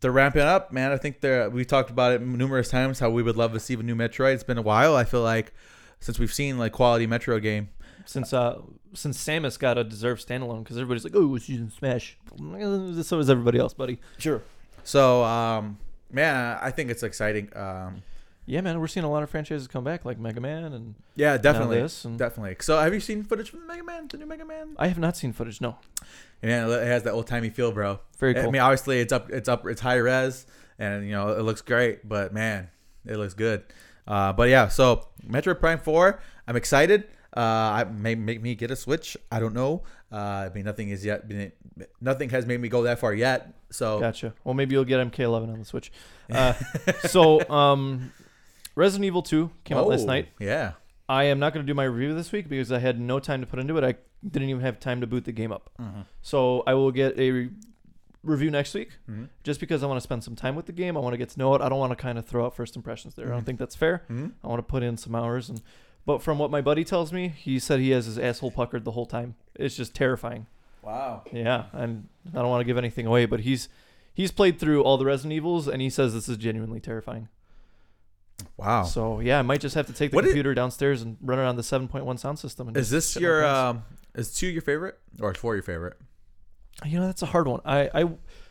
A: they're ramping up, man. I think they're we talked about it numerous times how we would love to see a new Metroid. It's been a while. I feel like since we've seen like quality Metro game.
B: Since uh, since Samus got a deserved standalone, because everybody's like, oh, she's in Smash. [laughs] Eh, So is everybody else, buddy.
A: Sure. So, um, man, I think it's exciting. Um,
B: Yeah, man, we're seeing a lot of franchises come back, like Mega Man, and
A: yeah,
B: now
A: definitely,
B: this. And
A: definitely. So, have you seen footage from Mega Man, the new Mega Man?
B: I have not seen footage. No,
A: Yeah, it has that old timey feel, bro.
B: very cool.
A: I mean, obviously, it's up, it's up, it's high res, and you know it looks great. But man, it looks good. Uh, but yeah, so Metro Prime Four, I'm excited. Uh, I may make me get a Switch. I don't know. Uh, I mean, nothing is yet. Been, nothing has made me go that far yet. So
B: Gotcha. Well, maybe you'll get MK11 on the
A: [laughs]
B: Switch. Uh, so, um, Resident Evil 2 came out last
A: Oh,
B: night.
A: Yeah.
B: I am not going to do my review this week because I had no time to put into it. I didn't even have time to boot the game up.
A: Mm-hmm.
B: So I will get a re- review next week
A: Mhm.
B: just because I want to spend some time with the game. I want to get to know it. I don't want to kind of throw out first impressions there. I don't think that's fair.
A: Mhm.
B: I want to put in some hours and but from what my buddy tells me, he said he has his asshole puckered the whole time. It's just terrifying.
A: Wow.
B: Yeah, and I don't want to give anything away, but he's he's played through all the Resident Evils and he says this is genuinely terrifying.
A: Wow.
B: So yeah, I might just have to take the
A: Oh. What is-
B: computer downstairs and run it on the 7.1 sound system. And
A: is this
B: sit in my
A: your
B: pants.
A: um? Is two your favorite or is four your favorite?
B: you know that's a hard one. I I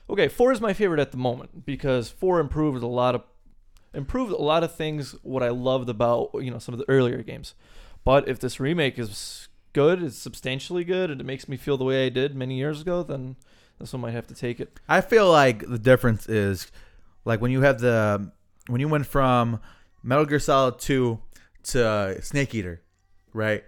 B: okay, four is my favorite at the moment because four improved a lot of improved a lot of things. What I loved about you know some of the earlier games, but if this remake is good, it's substantially good, and it makes me feel the way I did many years ago, then this one might have to take it.
A: I feel like the difference is like when you have the when you went from Metal Gear Solid 2 to Snake Eater, right?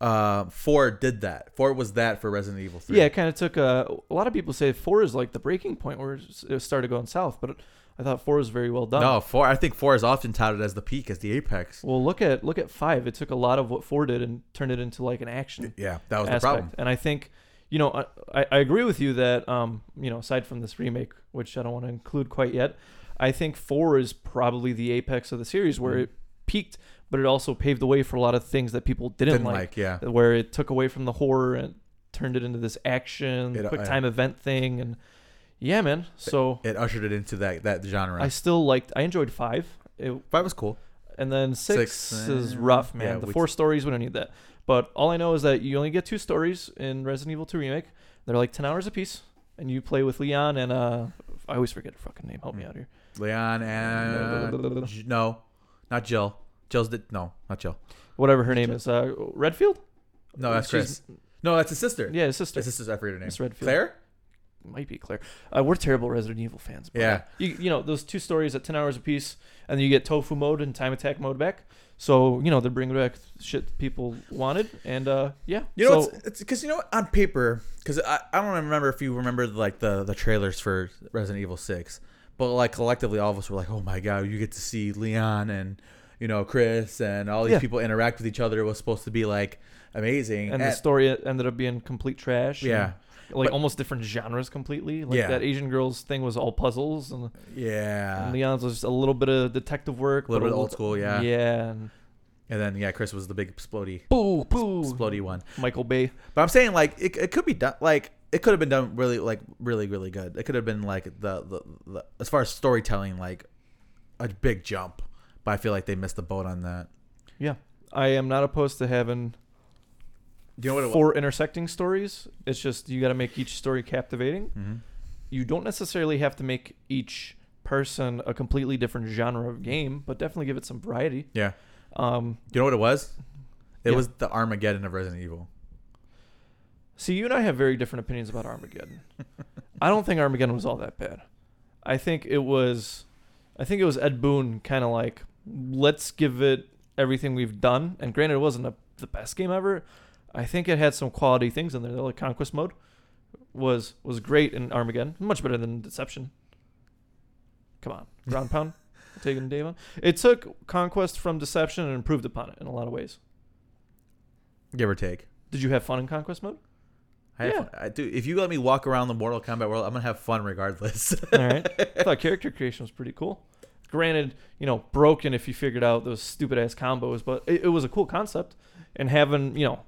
A: Uh, 4 did that. 4 was that for Resident Evil 3.
B: Yeah, it kind of took a. A lot of people say four is like the breaking point where it started going south, but I thought four was very well done.
A: No, 4 I think 4 is often touted as the peak as the apex.
B: Well, look at look at five. It took a lot of what four did and turned it into like an action
A: Yeah, that was the
B: aspect.
A: problem.
B: And I think, you know, I, I- I agree with you that, um, you know, aside from this remake, which I don't want to include quite yet, I think four is probably the apex of the series where
A: Mhm.
B: it peaked, but it also paved the way for a lot of things that people didn't,
A: Didn't
B: like,
A: like, yeah.
B: where it took away from the horror and turned it into this action
A: It- uh,
B: quick
A: I-
B: time event thing. And yeah, man. So
A: It ushered it into that that genre.
B: I still liked. I enjoyed five. It,
A: 5 was cool.
B: and then six,
A: Six,
B: is
A: uh,
B: rough, man.
A: yeah,
B: the
A: which-
B: four stories, we don't need that. But all I know is that you only get two stories in Resident Evil 2 Remake. They're like 10 hours apiece, and you play with Leon and, uh, I always forget her fucking name. Help me out here.
A: Leon
B: [laughs]
A: and J- no, not Jill. Jill's the no, not Jill.
B: Whatever her name is. Uh, Redfield?
A: No, that's
B: She's-
A: Chris. No, that's his sister.
B: Yeah, his sister.
A: His sister's I forget her name.
B: Miss Redfield.
A: Claire?
B: Might be Claire. Uh, we're terrible Resident Evil fans. But
A: Yeah.
B: You, you know, those two stories at 10 hours apiece, and then you get Tofu mode and Time Attack mode back. So, you know, they're bringing back shit people wanted. And, uh, yeah.
A: You know,
B: so-
A: it's because you know what? on paper, because I, I don't remember if you remember like the the trailers for Resident Evil Six, but like collectively, all of us were like, "Oh my god, you get to see Leon and you know Chris and all these
B: Yeah.
A: people interact with each other." It was supposed to be like amazing,
B: and, the
A: And-
B: story ended up being complete trash. and,
A: Yeah.
B: like
A: But-
B: almost different genres completely. Like
A: Yeah.
B: that Asian girl's thing was all puzzles, and,
A: yeah,
B: and Leon's was just a little bit of detective work,
A: Little
B: but
A: bit old school, yeah.
B: yeah, and
A: and then yeah, Chris was the big splody
B: boo boo,
A: splody one.
B: Michael Bay.
A: But I'm saying like it, it could be done like it could have been done really like really really good. It could have been like the, the the as far as storytelling like a big jump, but I feel like they missed the boat on that.
B: Yeah, I am not opposed to having
A: Do you know what it was?
B: four intersecting stories. It's just you got to make each story captivating.
A: Mm-hmm.
B: You don't necessarily have to make each person a completely different genre of game, but definitely give it some variety.
A: Yeah.
B: Um,
A: You know what it was? It
B: Yeah.
A: was the Armageddon of Resident Evil.
B: See, you and I have very different opinions about Armageddon. I don't think Armageddon was all that bad. I think it was, I think it was Ed Boon kind of like, let's give it everything we've done. And granted, it wasn't a, the best game ever. I think it had some quality things in there. though, Like Conquest Mode was was great in Armageddon, much better than Deception. Come on, ground pound, taking Dave on. It took Conquest from Deception and improved upon it in a lot of ways.
A: Give or take.
B: Did you have fun in Conquest Mode?
A: I had
B: Yeah.
A: fun. I do. If you let me walk around the Mortal Kombat world, I'm gonna have fun regardless. [laughs]
B: All right. I thought character creation was pretty cool. Granted, you know, broken if you figured out those stupid ass combos, but it, it was a cool concept. And having, you know,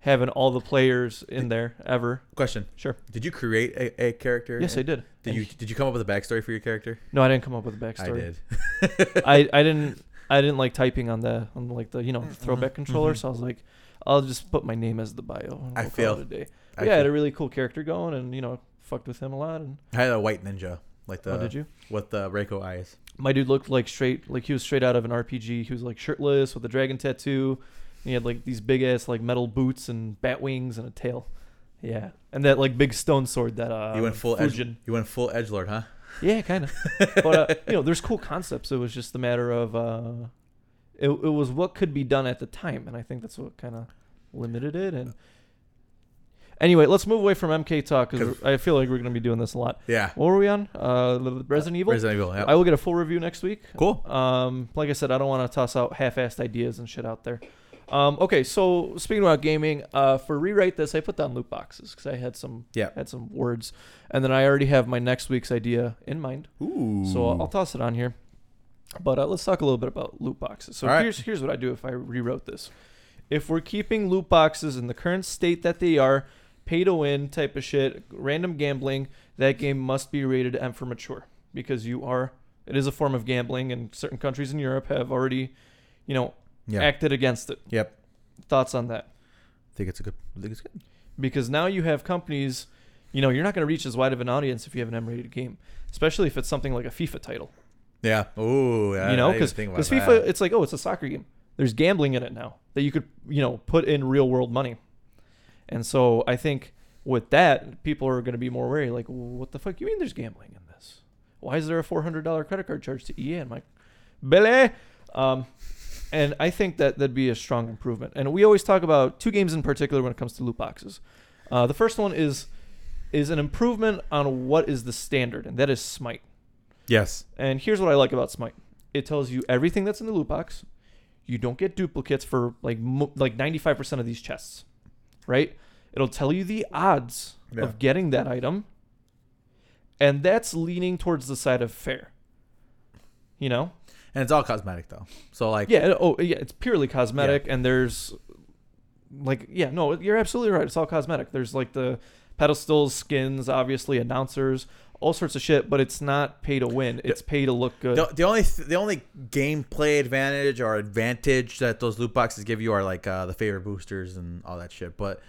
B: having all the players in there ever.
A: Question:
B: Sure.
A: Did you create a, a character?
B: Yes, I did.
A: Did you Did you come up with a backstory for your character?
B: No, I didn't come up with a backstory.
A: I did. [laughs]
B: I, I didn't I didn't like typing on the on like the you
A: Mm-hmm.
B: know throwback controller, so I was like, I'll just put my name as the bio. and
A: I
B: we'll call
A: feel-
B: it a day.
A: I
B: But yeah, I had a
A: feel-
B: really cool character going, and you know, fucked with him a lot. And
A: I had a white ninja, like the
B: oh, did you?
A: with the Reiko eyes.
B: my dude looked like straight like he was straight out of an RPG. He was like shirtless with a dragon tattoo. And he had like these big ass like metal boots and bat wings and a tail. Yeah, and that like big stone sword that uh
A: you went full edge.
B: Fujin.
A: You went full edge lord, huh? [laughs]
B: Yeah, kind of. but uh, you know, there's cool concepts. It was just the matter of uh it, it was what could be done at the time, and I think that's what kind of limited it. And anyway, let's move away from MK talk because I feel like we're gonna be doing this a lot.
A: Yeah.
B: What were we on? Uh, the- the Resident Evil.
A: Resident Evil. Yeah.
B: I will get a full review next week.
A: cool.
B: Um, like I said, I don't want to toss out half-assed ideas and shit out there. Um, okay, so speaking about gaming, uh, for rewrite this, I put down loot boxes because I had some
A: Yeah.
B: had some words, and then I already have my next week's idea in mind.
A: Ooh.
B: So uh, I'll, I'll toss it on here. But uh, let's talk a little bit about loot boxes. So
A: All right.
B: here's here's what I do if I rewrote this. If we're keeping loot boxes in the current state that they are, pay to win type of shit, random gambling, that game must be rated M for mature because you are it is a form of gambling, and certain countries in Europe have already, you know,
A: yeah.
B: acted against it.
A: Yep.
B: Thoughts on that?
A: I think it's a good. I think it's good.
B: because now you have companies you know you're not going to reach as wide of an audience if you have an m-rated game especially if it's something like a fifa title
A: Yeah. Ooh. I-
B: you know
A: I didn't
B: because
A: think about
B: fifa
A: that.
B: it's like oh it's a soccer game there's gambling in it now that you could you know put in real world money and so i think with that people are going to be more wary like what the fuck you mean there's gambling in this why is there a $400 credit card charge to ea and my Billy. Um, and I think that that'd be a strong improvement. And we always talk about two games in particular when it comes to loot boxes. Uh, the first one is is an improvement on what is the standard, and that is Smite.
A: Yes.
B: And here's what I like about Smite: it tells you everything that's in the loot box. You don't get duplicates for like mo- like 95% of these chests, right? It'll tell you the odds
A: Yeah.
B: of getting that item, and that's leaning towards the side of fair. You know,
A: And it's all cosmetic though. So like.
B: yeah. Oh, yeah. It's purely cosmetic, and there's like, yeah, no, you're absolutely right. It's all cosmetic. There's like the pedestals, skins, obviously announcers, all sorts of shit, but it's not pay to win. It's pay to look good.
A: The, the only th- the only gameplay advantage or advantage that those loot boxes give you are like uh, the favorite boosters and all that shit. But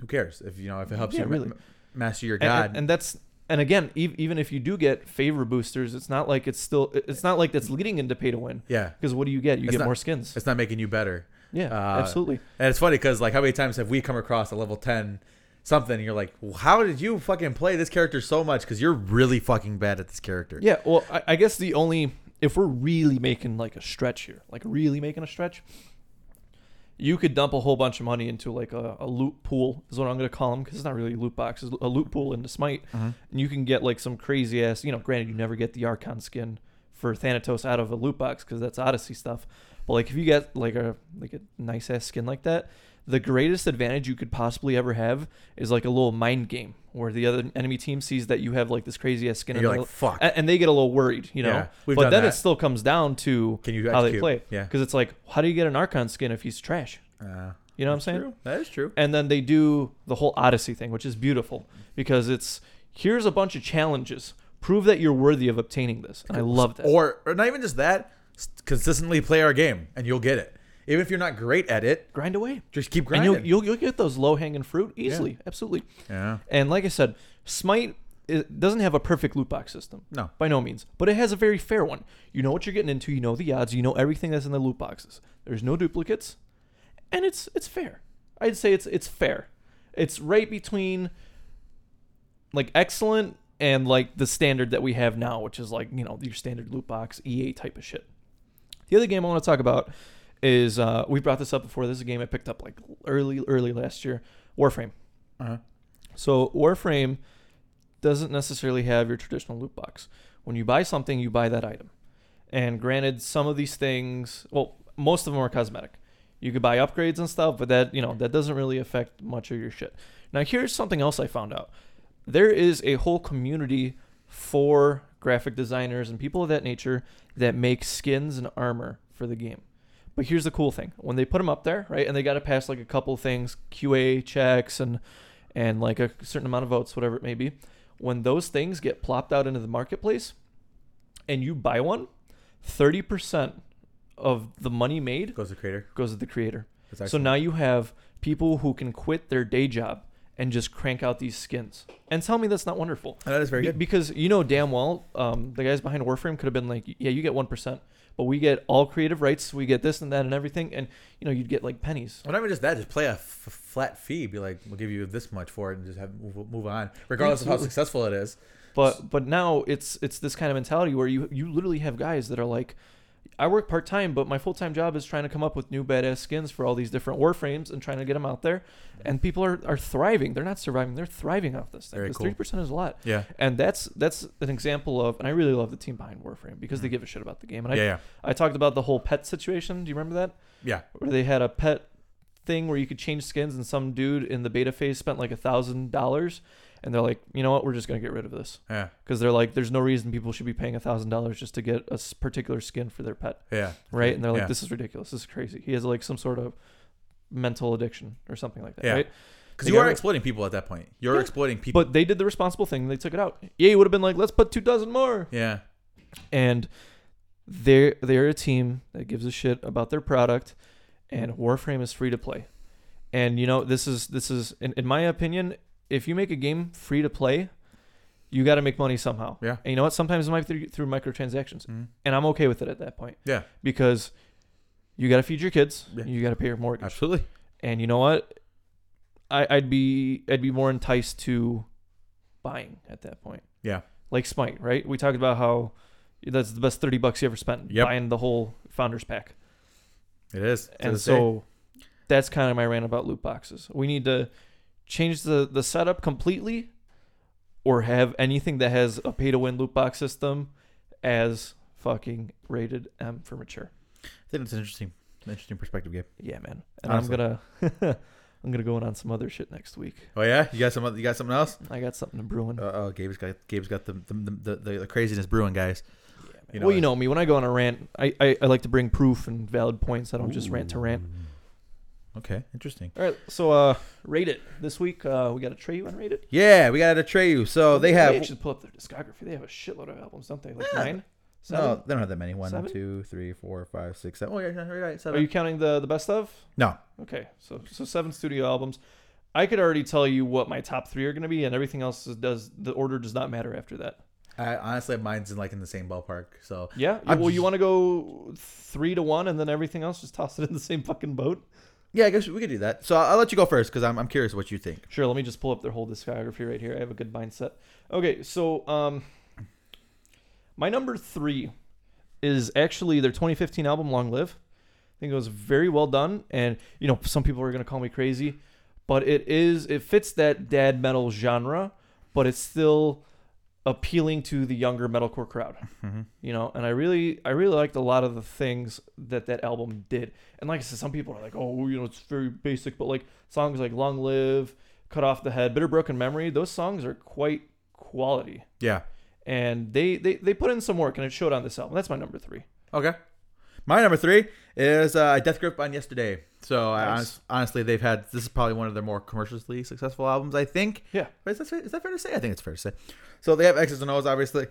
A: who cares if you know if it helps
B: Yeah,
A: you ma-
B: really.
A: ma- master your
B: And-
A: god?
B: And, and that's and again, ev- even if you do get favor boosters, it's not like it's still. It's not like that's leading into pay to win.
A: yeah,
B: Because what do you get? You
A: It's
B: get
A: not-
B: more skins.
A: it's not making you better.
B: Yeah,
A: uh,
B: absolutely.
A: And it's funny because like how many times have we come across a level ten something? And you're like, well, how did you fucking play this character so much? Because you're really fucking bad at this character.
B: Yeah, well, I, I guess the only if we're really making like a stretch here, like really making a stretch, you could dump a whole bunch of money into like a, a loot pool is what I'm gonna call them because it's not really a loot box, it's a loot pool into Smite,
A: Mm-hmm.
B: and you can get like some crazy ass. You know, granted, you never get the Archon skin for Thanatos out of a loot box because that's Odyssey stuff. But like if you get like a like a nice ass skin like that, the greatest advantage you could possibly ever have is like a little mind game where the other enemy team sees that you have like this crazy ass skin
A: And you're
B: they'll-
A: like, "Fuck."
B: a- and they get a little worried, you know.
A: Yeah, we've
B: but
A: done
B: then
A: that.
B: it still comes down to
A: Can you
B: how they
A: execute?
B: play.
A: Yeah.
B: because it's like, how do you get an Archon skin if he's trash?
A: Uh,
B: You know what I'm saying?
A: true. That is true.
B: And then they do the whole Odyssey thing, which is beautiful because it's here's a bunch of challenges. Prove that you're worthy of obtaining this, and I love that.
A: Or, or not even just that. s- Consistently play our game, and you'll get it. Even if you're not great at it,
B: Grind away,
A: just keep
B: and
A: grinding.
B: you'll, you'll you'll get those low hanging fruit easily, absolutely.
A: yeah.
B: And like I said, Smite i- doesn't have a perfect loot box system.
A: No.
B: By no means. But it has a very fair one. You know what you're getting into, you know the odds, you know everything that's in the loot boxes. There's no duplicates. And it's it's fair. I'd say it's it's fair. It's right between like excellent and like the standard that we have now, which is like, you know, your standard loot box EA type of shit. The other game I want to talk about is uh, we brought this up before. This is a game I picked up like early, early last year. Warframe.
A: Uh-huh.
B: So Warframe doesn't necessarily have your traditional loot box. When you buy something, you buy that item. And granted, some of these things, well, most of them are cosmetic. You could buy upgrades and stuff, but that you know that doesn't really affect much of your shit. Now here's something else I found out: there is a whole community for graphic designers and people of that nature that make skins and armor for the game. But here's the cool thing: when they put them up there, right, and they got to pass like a couple things, QA checks, and and like a certain amount of votes, whatever it may be. When those things get plopped out into the marketplace, and you buy one, thirty percent of the money made
A: Goes to creator.
B: goes to the creator.
A: That's
B: So
A: excellent.
B: now you have people who can quit their day job and just crank out these skins. And tell me that's not wonderful.
A: that is very
B: Be-
A: good.
B: Because you know damn well, um, the guys behind Warframe could have been like, yeah, you get 1%, but we get all creative rights. We get this and that and everything. And, you know, you'd get like pennies.
A: Well, not even just that. Just play a f- flat fee. Be like, we'll give you this much for it, and just have move, move on, regardless of how
B: Absolutely.
A: successful it is.
B: But but now it's it's this kind of mentality where you you literally have guys that are like, I work part time, but my full time job is trying to come up with new badass skins for all these different warframes and trying to get them out there. And people are, are thriving. They're not surviving. They're thriving off this thing.
A: Very
B: Because
A: cool.
B: thirty percent is a lot.
A: Yeah.
B: And that's that's an example of, and I really love the team behind Warframe because they give a shit about the game. And I
A: Mm. Yeah, yeah.
B: I talked about the whole pet situation. Do you remember that?
A: Yeah.
B: Where they had a pet thing where you could change skins, and some dude in the beta phase spent like a thousand dollars, and they're like, you know what, we're just gonna get rid of this
A: Yeah.
B: because they're like, there's no reason people should be paying a thousand dollars just to get a s- particular skin for their pet,
A: Yeah.
B: right? And they're like,
A: Yeah.
B: this is ridiculous. This is crazy. He has like some sort of mental addiction or something like that,
A: Yeah.
B: right?
A: Because
B: They
A: you
B: got
A: are
B: rid-
A: exploiting people at that point. You're
B: Yeah.
A: exploiting people.
B: But they did the responsible thing. They took it out. EA would have been like, let's put two dozen more.
A: yeah.
B: and they're they're a team that gives a shit about their product and warframe is free to play and you know this is this is in, in my opinion if you make a game free to play you got to make money somehow
A: Yeah.
B: and you know what sometimes it might be through, through microtransactions
A: Mhm.
B: and i'm okay with it at that point
A: Yeah.
B: because you got to feed your kids
A: Yeah.
B: you got to pay your mortgage
A: Absolutely.
B: and you know what I, i'd be i'd be more enticed to buying at that point
A: Yeah.
B: like smite right we talked about how that's the best 30 bucks you ever spent
A: Yep.
B: buying the whole founders pack
A: It is. to
B: and
A: this day.
B: so that's kind of my rant about loot boxes we need to change the the setup completely or have anything that has a pay to win loot box system as fucking rated m for mature
A: I think it's an interesting, interesting perspective, Gabe.
B: yeah man and
A: Honestly.
B: i'm gonna [laughs] i'm gonna go in on some other shit next week
A: Oh yeah, you got some. oth- You got something else?
B: I got something to brewing.
A: Uh, oh, Gabe's got Gabe's got the the, the, the the craziness brewing, guys. you know,
B: well, you
A: it's-
B: know me. When I go on a rant, I, I, I like to bring proof and valid points. I don't just rant to rant.
A: Okay, interesting.
B: All right, so uh, rate it this week. Uh, we got a Treyu on rate it.
A: Yeah, we got to tray you. So they
B: Oh, They
A: have
B: actually pull up their discography. They have a shitload of albums, don't they? Like
A: Yeah.
B: nine, seven.
A: no, they don't have that many. One,
B: Seven?
A: two, three, four, five, six, seven. Oh yeah, yeah, you're right,
B: Are
A: seven.
B: you counting the the best of?
A: no,
B: Okay, so so seven studio albums. I could already tell you what my top three are going to be, and everything else is, does the order does not matter after that.
A: I, honestly, mine's in like in the same ballpark. So
B: Yeah.
A: I'm
B: well, you
A: just-
B: want to go three to one, and then everything else just toss it in the same fucking boat.
A: yeah, I guess we could do that. So I'll, I'll let you go first because I'm I'm curious what you think.
B: Sure, let me just pull up their whole discography right here. I have a good mindset. Okay, so um my number 3 is actually their 2015 album Long Live. I think it was very well done and you know, some people are going to call me crazy, but it is it fits that dad metal genre, but it's still appealing to the younger metalcore crowd. You know, and I really I really liked a lot of the things that that album did. And like I said, some people are like, "Oh, you know, it's very basic," but like songs like "Long Live," "Cut Off the Head," "Bitter Broken Memory," those songs are quite quality.
A: Yeah.
B: And they they they put in some work and it showed on this album. That's my number 3.
A: Okay. My number three is uh, Death Grip on Yesterday. So I
B: Nice.
A: honest, honestly, they've had this is probably one of their more commercially successful albums. I think.
B: Yeah.
A: Is that, fair- is that fair to say? I think it's fair to say. So they have X's and O's, obviously.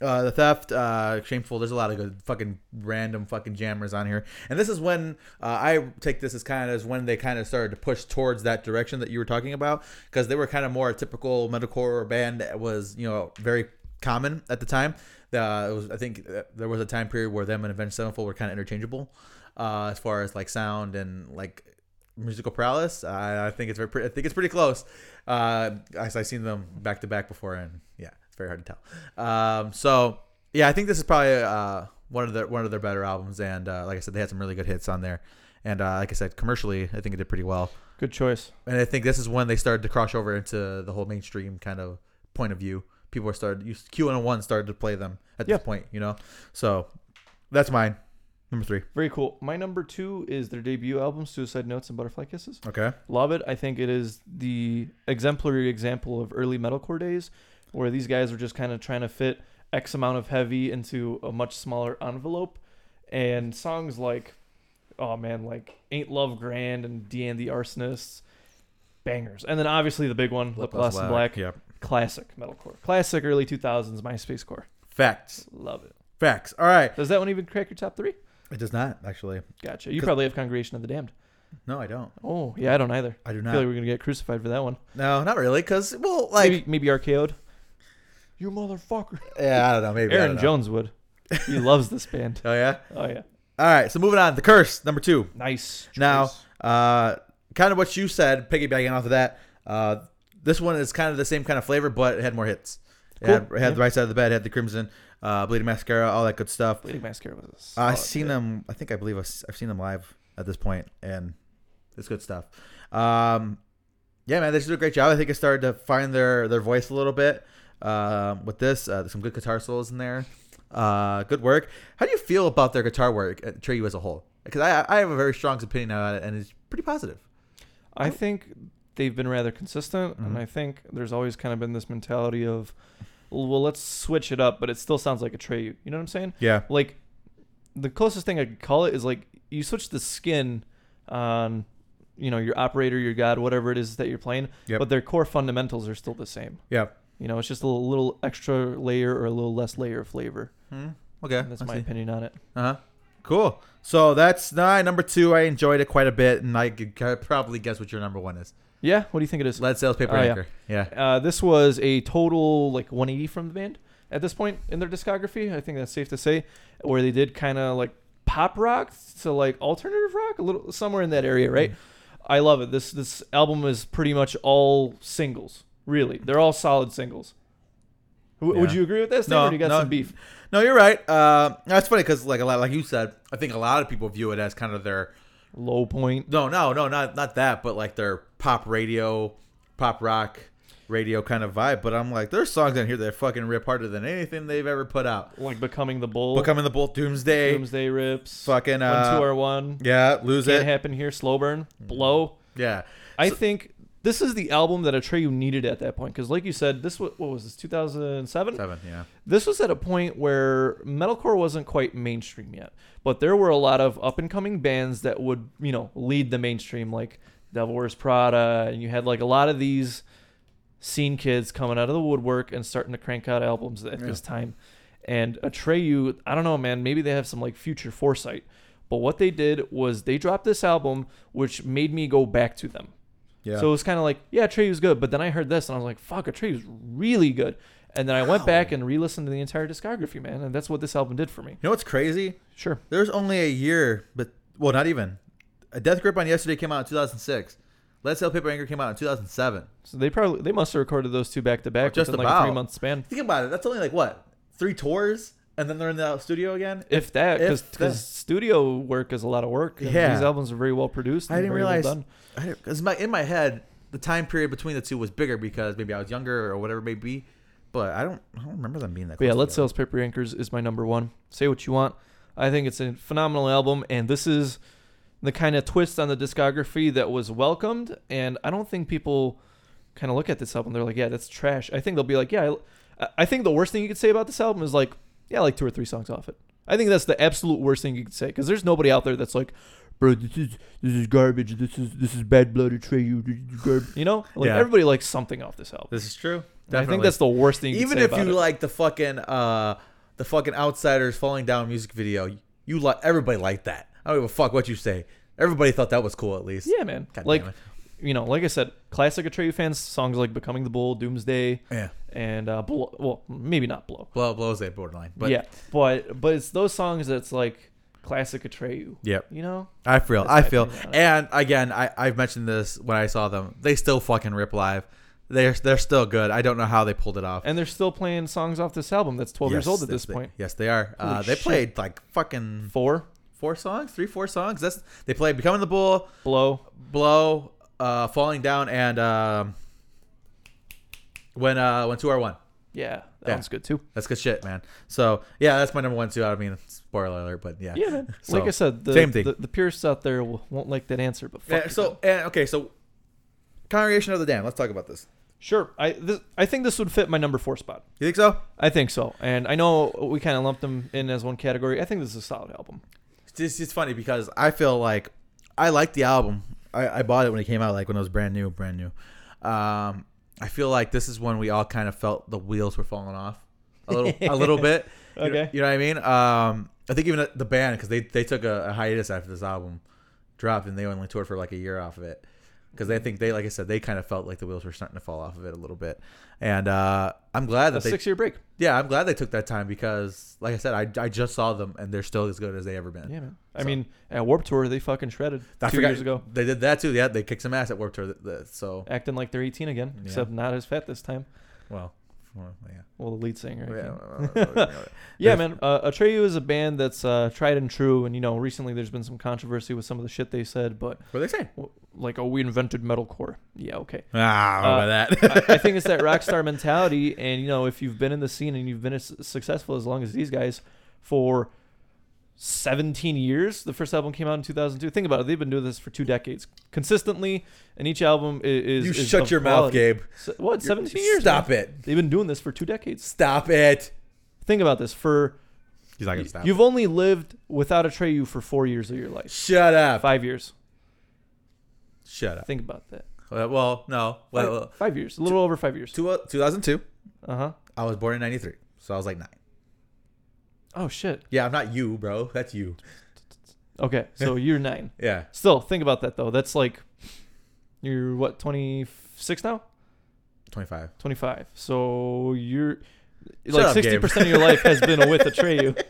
A: Uh, the theft, uh, shameful. There's a lot of good fucking random fucking jammers on here, and this is when uh, I take this as kind of as when they kind of started to push towards that direction that you were talking about, because they were kind of more a typical metalcore band that was you know very common at the time. Uh, it was, I think uh, there was a time period where them and Avenged Sevenfold were kind of interchangeable uh, as far as like sound and like musical prowess. I, I think it's very pretty. I think it's pretty close. Uh, I, I've seen them back to back before, and yeah, it's very hard to tell. Um, so yeah, I think this is probably uh, one of their one of their better albums. And uh, like I said, they had some really good hits on there. And uh, like I said, commercially, I think it did pretty well.
B: Good choice.
A: And I think this is when they started to cross over into the whole mainstream kind of point of view. People were started you- Q and one started to play them at
B: Yeah.
A: this point, you know. So that's mine, number three.
B: Very cool. My number 2 is their debut album Suicide Notes and Butterfly Kisses.
A: Okay.
B: Love it. I think it is the exemplary example of early metalcore days where these guys were just kind of trying to fit X amount of heavy into a much smaller envelope. And songs like, oh man, like Ain't Love Grand and Deanne the Arsonists, bangers. And then obviously the big one, Lip Gloss and Black,
A: Yep.
B: classic metalcore. Classic early 2000s MySpace core.
A: Facts.
B: Love it.
A: Facts. All right.
B: Does that one even crack your top three?
A: It does not actually.
B: Gotcha. You
A: 'Cause-
B: probably have Congregation of the Damned.
A: No, I don't.
B: Oh, yeah, I don't either.
A: I do
B: I
A: not.
B: feel like we're going to get crucified for that one.
A: no, not really. Cause well, like
B: maybe, maybe RKO'd. You motherfucker.
A: yeah, I don't know. Maybe I
B: Aaron
A: don't know.
B: Jones would. He loves this band.
A: Oh yeah.
B: [laughs] Oh yeah.
A: All right. So moving on. The curse number two.
B: Nice.
A: Now, uh, kind of what you said, piggybacking off of that. Uh, this one is kind of the same kind of flavor, but it had more hits. It
B: Cool.
A: had, it had the right side of the bed, it had the crimson. uh, Bleeding Mascara, all that good stuff.
B: Bleeding mascara was. a
A: I've
B: solid
A: seen
B: pick.
A: them. I think I believe I've, s- I've seen them live at this point, and it's good stuff. Um, yeah, man, they just do a great job. I think I started to find their their voice a little bit um, with this. Uh, there's some good guitar solos in there. Uh, good work. How do you feel about their guitar work at Trio as a whole? Because I I have a very strong opinion about it, and it's pretty positive.
B: I think they've been rather consistent, and
A: Mhm.
B: I think there's always kind of been this mentality of, well, let's switch it up, but it still sounds like a tray. You know what I'm saying?
A: Yeah.
B: Like, the closest thing I could call it is like you switch the skin on, you know, your operator, your god, whatever it is that you're playing,
A: Yep.
B: but their core fundamentals are still the same.
A: Yeah.
B: You know, it's just a little, little extra layer or a little less layer of flavor.
A: Hmm. Okay.
B: That's
A: I
B: my
A: see.
B: opinion on it.
A: Uh huh. Cool. So that's nine. Number two, I enjoyed it quite a bit, and I could ca- probably guess what your number one is.
B: Yeah, what do you think it is?
A: Lead sales paper
B: Oh, yeah.
A: anchor. Yeah.
B: Uh, this was a total like 180 from the band at this point in their discography. I think that's safe to say, where they did kind of like pop rock to like alternative rock, a little somewhere in that area, right?
A: Mm-hmm.
B: I love it. This this album is pretty much all singles. Really, they're all solid singles. W- Would
A: Yeah.
B: you agree with this?
A: No,
B: or do you got
A: no.
B: some beef.
A: No, you're right. Uh, that's funny because, like a lot, like you said, I think a lot of people view it as kind of their
B: Low point.
A: no, no, no, not not that, but like their pop radio, pop rock radio kind of vibe. But I'm like, there's songs in here that fucking rip harder than anything they've ever put out.
B: Like becoming the bull.
A: Becoming the Bull, Doomsday,
B: Doomsday rips.
A: fucking
B: one two
A: uh,
B: or one.
A: yeah, lose
B: Can't
A: it, Mm-hmm.
B: happen here. Slow burn. Blow.
A: yeah,
B: I think this is the album that Atreyu needed at that point because, like you said, this was what was this 2007?
A: seven, yeah,
B: This was at a point where metalcore wasn't quite mainstream yet, but there were a lot of up and coming bands that would you know lead the mainstream, like Devil Wears Prada, and you had like a lot of these scene kids coming out of the woodwork and starting to crank out albums at this time. And Atreyu, I don't know, man, maybe they have some like future foresight. But what they did was they dropped this album, which made me go back to them.
A: yeah.
B: So it was kind of like, yeah, Trey was good, but then I heard this and I was like, fuck, a Trey was really good. And then I went back and re-listened to the entire discography, man, and that's what this album did for me.
A: you know what's crazy?
B: Sure.
A: There's only a year, but well, not even. A Death Grip on Yesterday came out in 2006. Lead Sale Paper Anchor came out in 2007.
B: So they probably they must have recorded those two back to back
A: Just
B: within like a
A: about.
B: three month span,
A: Think about it. That's only like what three tours, and then they're in the studio again.
B: if that,
A: If
B: because
A: that.
B: studio work is a lot of work. and
A: Yeah.
B: These albums are very well produced.
A: I
B: and
A: didn't
B: very well
A: realize.
B: done.
A: Because my in my head, the time period between the two was bigger because maybe I was younger or whatever it may be. But I don't, I don't remember them being that.
B: But
A: Close
B: yeah, Let's uh,
A: together.
B: Sales Paper Anchors is my number one. Say what you want. I think it's a phenomenal album, and this is the kind of twist on the discography that was welcomed. And I don't think people kind of look at this album. They're like, yeah, that's trash. I think they'll be like, yeah, I, I think the worst thing you could say about this album is like, yeah, I like two or three songs off it. I think that's the absolute worst thing you could say because there's nobody out there that's like, bro, this is this is garbage. This is this is bad blood betray you. This is garbage." You know, like
A: Yeah.
B: everybody likes something off this album.
A: This is true.
B: And I think that's the worst thing. you could
A: even
B: say
A: if
B: about
A: you
B: it.
A: like the fucking uh the fucking outsiders falling down music video, you like everybody liked that. I don't give a fuck what you say. Everybody thought that was cool at least.
B: Yeah, man.
A: God
B: like,
A: damn it.
B: you know, like I said, classic Atreyu fans songs like "Becoming the Bull," "Doomsday,"
A: Yeah.
B: and uh, "Blow." Well, maybe not "Blow."
A: Blow blows a borderline, but
B: yeah, but but it's those songs that's like classic Atreyu.
A: Yep.
B: You know,
A: I feel,
B: That's
A: I
B: my
A: feel,
B: opinion on it.
A: and again, I I've mentioned this when I saw them. They still fucking rip live. They're they're still good. I don't know how they pulled it off.
B: and they're still playing songs off this album that's 12 years
A: Yes,
B: old at
A: yes,
B: this
A: they-
B: point.
A: Yes, they are. Uh,
B: Holy
A: they
B: shit.
A: played like fucking
B: Four,
A: four songs, three four songs. That's they played becoming the bull,
B: "Blow,"
A: blow, uh, falling down, and um, when uh when two are one.
B: yeah, that
A: Yeah.
B: one's good too.
A: That's good shit, man. So yeah, that's my number one too. I mean, spoiler alert, but yeah, [laughs]
B: Yeah, man.
A: So,
B: like I said, the,
A: same thing.
B: the the purists out there will, won't like that answer, but fuck
A: Yeah,
B: you
A: so
B: then.
A: and, okay, so congregation of the damned. Let's talk about this.
B: sure. I this, I think this would fit my number four spot.
A: You think so?
B: I think so, and I know we kind of lumped them in as one category. I think this is a solid album.
A: It's, it's funny because I feel like I like the album. I, I bought it when it came out, like when it was brand new, brand new. Um, I feel like this is when we all kind of felt the wheels were falling off a [laughs] little, a little bit. You know-
B: Okay.
A: you know what I mean? Um, I think even the band because they they took a, a hiatus after this album dropped, and they only toured for like a year off of it because I think they, like I said, they kind of felt like the wheels were starting to fall off of it a little bit. And uh, I'm glad
B: A
A: that they,
B: six-year break.
A: yeah, I'm glad they took that time because, like I said, I, I just saw them and they're still as good as they ever been.
B: Yeah, man. I
A: So-
B: mean, at Warp Tour, they fucking shredded
A: I
B: two
A: forgot- [laughs]
B: years ago,
A: They did that too. Yeah, they kicked some ass at Warped Tour. th- th- So
B: acting like they're 18 again,
A: Yeah.
B: except not as fat this time.
A: well, Well, yeah.
B: Well, the lead singer. I think. [laughs]
A: Yeah.
B: Yeah, man. Uh, Atreyu is a band that's uh, tried and true, and you know, recently there's been some controversy with some of the shit they said, but
A: what they say?
B: w- like, oh, we invented metalcore. Yeah, okay.
A: Ah,
B: Uh,
A: over that.
B: [laughs] I, I think it's that rock star mentality, and you know, if you've been in the scene and you've been as successful as long as these guys for 17 years, the first album came out in 2002. Think about it; they've been doing this for two decades consistently, and each album i- is.
A: you
B: is
A: shut
B: of
A: your mouth,
B: quality.
A: Gabe.
B: So- what 17 years?
A: Stop
B: man?
A: it.
B: They've been doing this for two decades.
A: Stop it.
B: Think about this for
A: He's not gonna stop.
B: You've only lived without a Treyu for four years of your life.
A: shut up.
B: Five years.
A: Shut up.
B: Think about that.
A: Uh, well, no.
B: Five,
A: Well, uh,
B: five years. A little over five years.
A: two, 2002.
B: Uh huh.
A: I was born in '93, so I was like nine.
B: Oh shit.
A: Yeah, I'm not you, bro. That's you.
B: Okay,
A: [laughs]
B: so you're nine.
A: Yeah.
B: Still, think about that though. That's like you're what twenty six now?
A: 25.
B: Twenty five. So you're
A: Shut
B: like
A: up, Gabe.
B: sixty percent of your life has been with Atreyu.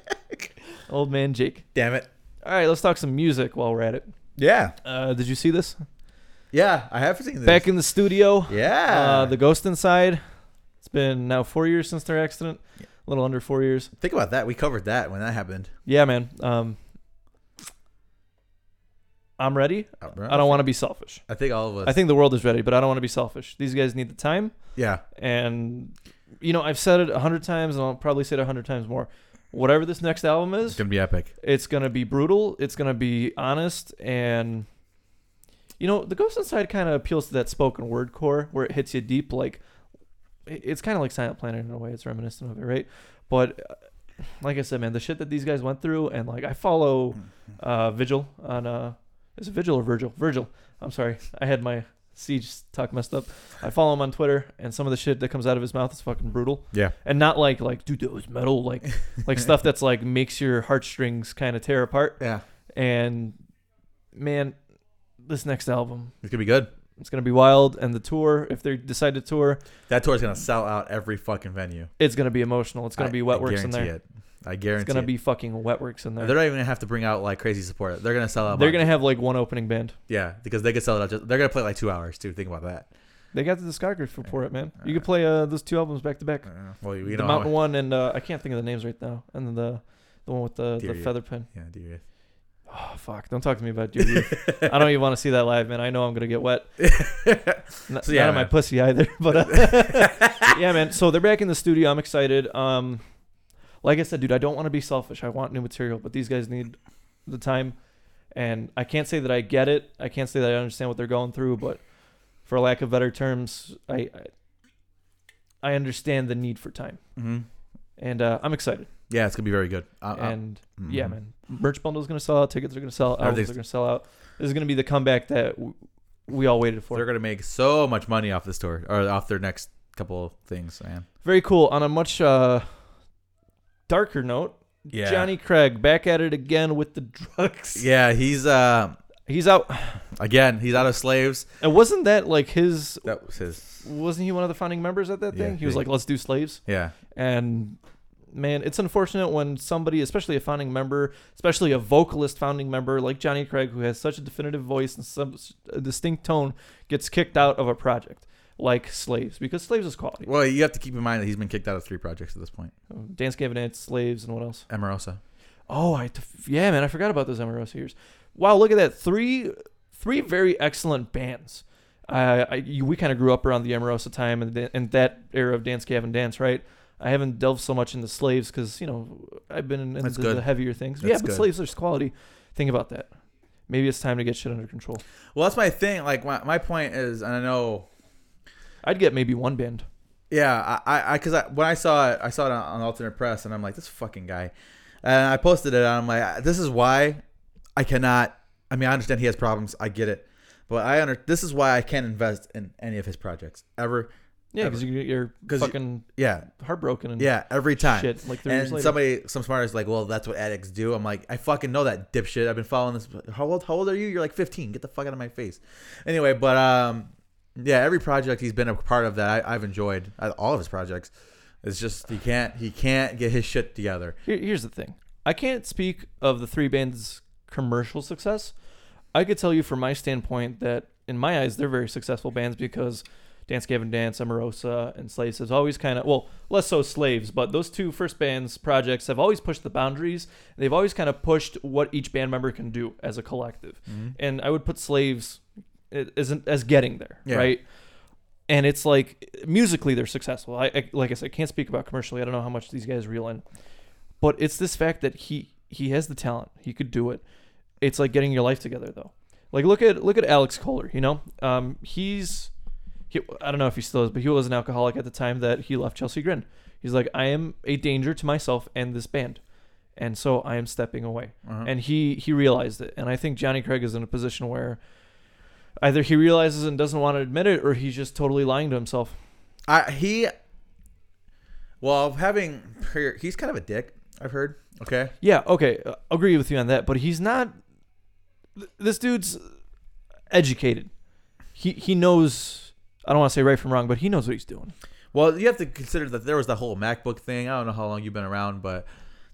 B: Old man Jake.
A: [laughs] Damn it.
B: All right, let's talk some music while we're at it.
A: Yeah.
B: Uh, did you see this?
A: Yeah. I have seen this.
B: Back in the studio.
A: yeah.
B: Uh, the Ghost Inside. It's been now four years since their accident.
A: Yeah.
B: A little under four years.
A: Think about that. We covered that when that happened.
B: Yeah, man. Um, I'm ready. I don't want to be selfish.
A: I think all of us.
B: I think the world is ready, but I don't want to be selfish. These guys need the time,
A: yeah.
B: and you know I've said it a hundred times, and I'll probably say it a hundred times more. Whatever this next album
A: It's
B: is,
A: gonna be epic.
B: it's gonna be brutal. It's gonna be honest, and you know the Ghost Inside kind of appeals to that spoken word core where it hits you deep. Like it- it's kind of like Silent Planet in a way. It's reminiscent of it, right? But uh, like I said, man, the shit that these guys went through, and like I follow uh, Vigil on uh, is it Vigil or Virgil? Virgil. I'm sorry, I had my siege talk messed up. I follow him on Twitter, and some of the shit that comes out of his mouth is fucking brutal,
A: Yeah.
B: and not like like dude, that was metal, like
A: [laughs]
B: like stuff that's like makes your heartstrings kind of tear apart.
A: Yeah.
B: And man, this next album,
A: It's gonna be good.
B: it's gonna be wild, and the tour, if they decide to tour,
A: That tour's gonna sell out every fucking venue.
B: it's gonna be emotional. It's gonna
A: I-
B: be
A: I
B: wet works in there.
A: guarantee It. I guarantee
B: It's gonna
A: it.
B: be fucking wet works in there.
A: They're
B: They're,
A: not even gonna have to bring out like crazy support. They're gonna sell out.
B: gonna have like one opening band.
A: yeah, because they could sell it out. Just, they're gonna play like two hours too. Think about that.
B: They got the discography for it, man. You
A: Alright.
B: could play uh, those two albums back to back.
A: I don't know. Uh, Well, you
B: The
A: know,
B: Mountain One and uh, I can't think of the names right now, and then the the one with the,
A: Dear
B: the
A: you.
B: feather pin.
A: yeah, dude.
B: Oh fuck! Don't talk to me about Dear
A: [laughs]
B: Youth. I don't e even want to see that live, man. I know I'm gonna get wet. Not,
A: So, yeah,
B: not on my
A: man.
B: pussy either, [laughs] but uh,
A: [laughs]
B: yeah, man. So they're back in the studio. I'm excited. Um, like I said, dude, I don't want to be selfish. I want new material, but these guys need the time, and I can't say that I get it. I can't say that I understand what they're going through, but for lack of better terms, I I, I understand the need for time,
A: hmm
B: and uh, I'm excited.
A: Yeah, it's gonna be very good. Uh, I, I-
B: and yeah,
A: mhm.
B: man, merch bundle's gonna sell out. Tickets are gonna sell out. Albums are
A: Everything's-
B: gonna sell out. This is gonna be the comeback that w- we all waited for.
A: They're gonna make so much money off this tour or off their next couple of things, man.
B: Very cool. On a much uh, darker note,
A: Yeah.
B: Johnny Craig back at it again with the drugs.
A: Yeah, he's uh
B: He's out.
A: again, he's out of slaves.
B: And wasn't that like his?
A: That was his.
B: Wasn't he one of the founding members at that
A: Yeah,
B: thing? he was
A: he-
B: like, "Let's do slaves."
A: Yeah.
B: And man, it's unfortunate when somebody, especially a founding member, especially a vocalist founding member like Johnny Craig, who has such a definitive voice and some a distinct tone, gets kicked out of a project like Slaves because Slaves is quality. Um,
A: Well, you have to keep in mind that he's been kicked out of three projects at this point.
B: Dance Gavin Dance, Slaves, and what else?
A: Emerosa.
B: Oh, I yeah, man, I forgot about those Emerosa years. Wow, look at that three three very excellent bands. Uh, I you, we kind of grew up around the Emerosa time and the, and that era of Dance Gavin Dance, right? I haven't delved so much into Slaves because you know I've been in, in
A: That's
B: the,
A: good.
B: the heavier things. yeah,
A: That's
B: but
A: good.
B: Slaves there's quality. Think about that. Maybe it's time to get shit under control.
A: Well, that's my thing. Like my, my point is, and I know
B: I'd get maybe one band.
A: Yeah, I- I, I, because I, when I saw it, I saw it on, on alternate press, and I'm like, this fucking guy, and I posted it, and I'm like, this is why I cannot. I mean, I understand he has problems, I get it, but I under this is why I can't invest in any of his projects ever.
B: Yeah, because you, you're
A: 'Cause you-
B: fucking
A: Yeah,
B: heartbroken and
A: yeah, every time.
B: shit. Like three years
A: And
B: later.
A: somebody, some smart is like, well, that's what addicts do. I'm like, I fucking know that dipshit. I've been following this. How old? How old are you? You're like 15. Get the fuck out of my face. Anyway, but um, yeah, every project he's been a part of that I, I've enjoyed. I, all of his projects. It's just he can't he can't get his shit together.
B: Here, here's the thing. I can't speak of the three bands' commercial success. I could tell you from my standpoint that, in my eyes, they're very successful bands because Dance Gavin Dance, Amorosa, and Slaves has always kind of, well, less so Slaves, but those two first bands projects have always pushed the boundaries. They've always kind of pushed what each band member can do as a collective. And I would put Slaves it isn't as getting there,
A: Yeah.
B: right? And it's like musically they're successful. I, I like I said, can't speak about commercially. I don't know how much these guys reel in, but it's this fact that he he has the talent. He could do it. It's like getting your life together though. Like look at look at Alex Kohler. You know, um, he's he, I don't know if he still is, but he was an alcoholic at the time that he left Chelsea Grin. He's like, I am a danger to myself and this band, and so I am stepping away.
A: Uh-huh.
B: And he he realized it. And I think Johnny Craig is in a position where either he realizes and doesn't want to admit it, or he's just totally lying to himself.
A: I he. Well, having he's kind of a dick. I've heard. Okay.
B: Yeah, okay, uh, agree with you on that. But he's not. th- This dude's educated. He he knows. I don't want to say right from wrong, but he knows what he's doing.
A: Well, you have to consider that there was the whole MacBook thing. I don't know how long you've been around, but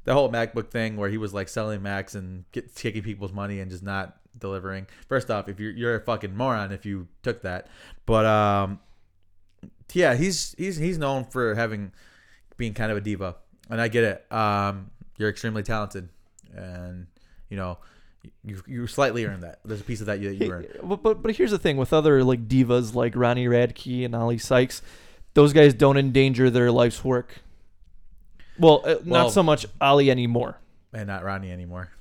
A: the whole MacBook thing where he was like selling Macs and get, taking people's money and just not delivering. First off, if you're you're a fucking moron if you took that. But um, yeah, he's he's he's known for having being kind of a diva, and I get it. Um, you're extremely talented, and you know. You, you slightly earned that. There's a piece of that you, that you earned.
B: But, but but here's the thing with other like divas like Ronnie Radke and Ollie Sykes, those guys don't endanger their life's work. Well, uh,
A: Well-
B: not so much Ollie anymore,
A: and not Ronnie anymore.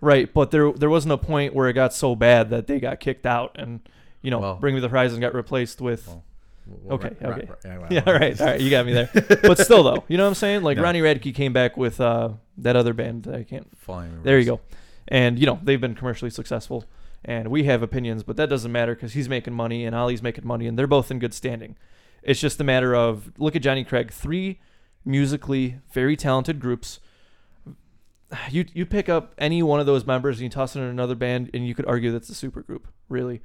B: right? But there there wasn't a point where it got so bad that they got kicked out and you know
A: Well-
B: Bring Me the Horizon got replaced with.
A: Well, Well,
B: Okay,
A: Ro- Ro-
B: okay.
A: Ro- yeah, well,
B: [laughs] yeah, all right, all right, you got me there. but still, though, you know what I'm saying? Like
A: No.
B: Ronnie Radke came back with uh, that other band that I can't.
A: Following
B: There you go, and you know they've been commercially successful, and we have opinions, but that doesn't matter because he's making money and Ollie's making money, and they're both in good standing. It's just a matter of look at Johnny Craig, three musically very talented groups. You you pick up any one of those members and you toss it in another band, and you could argue that's a supergroup, really.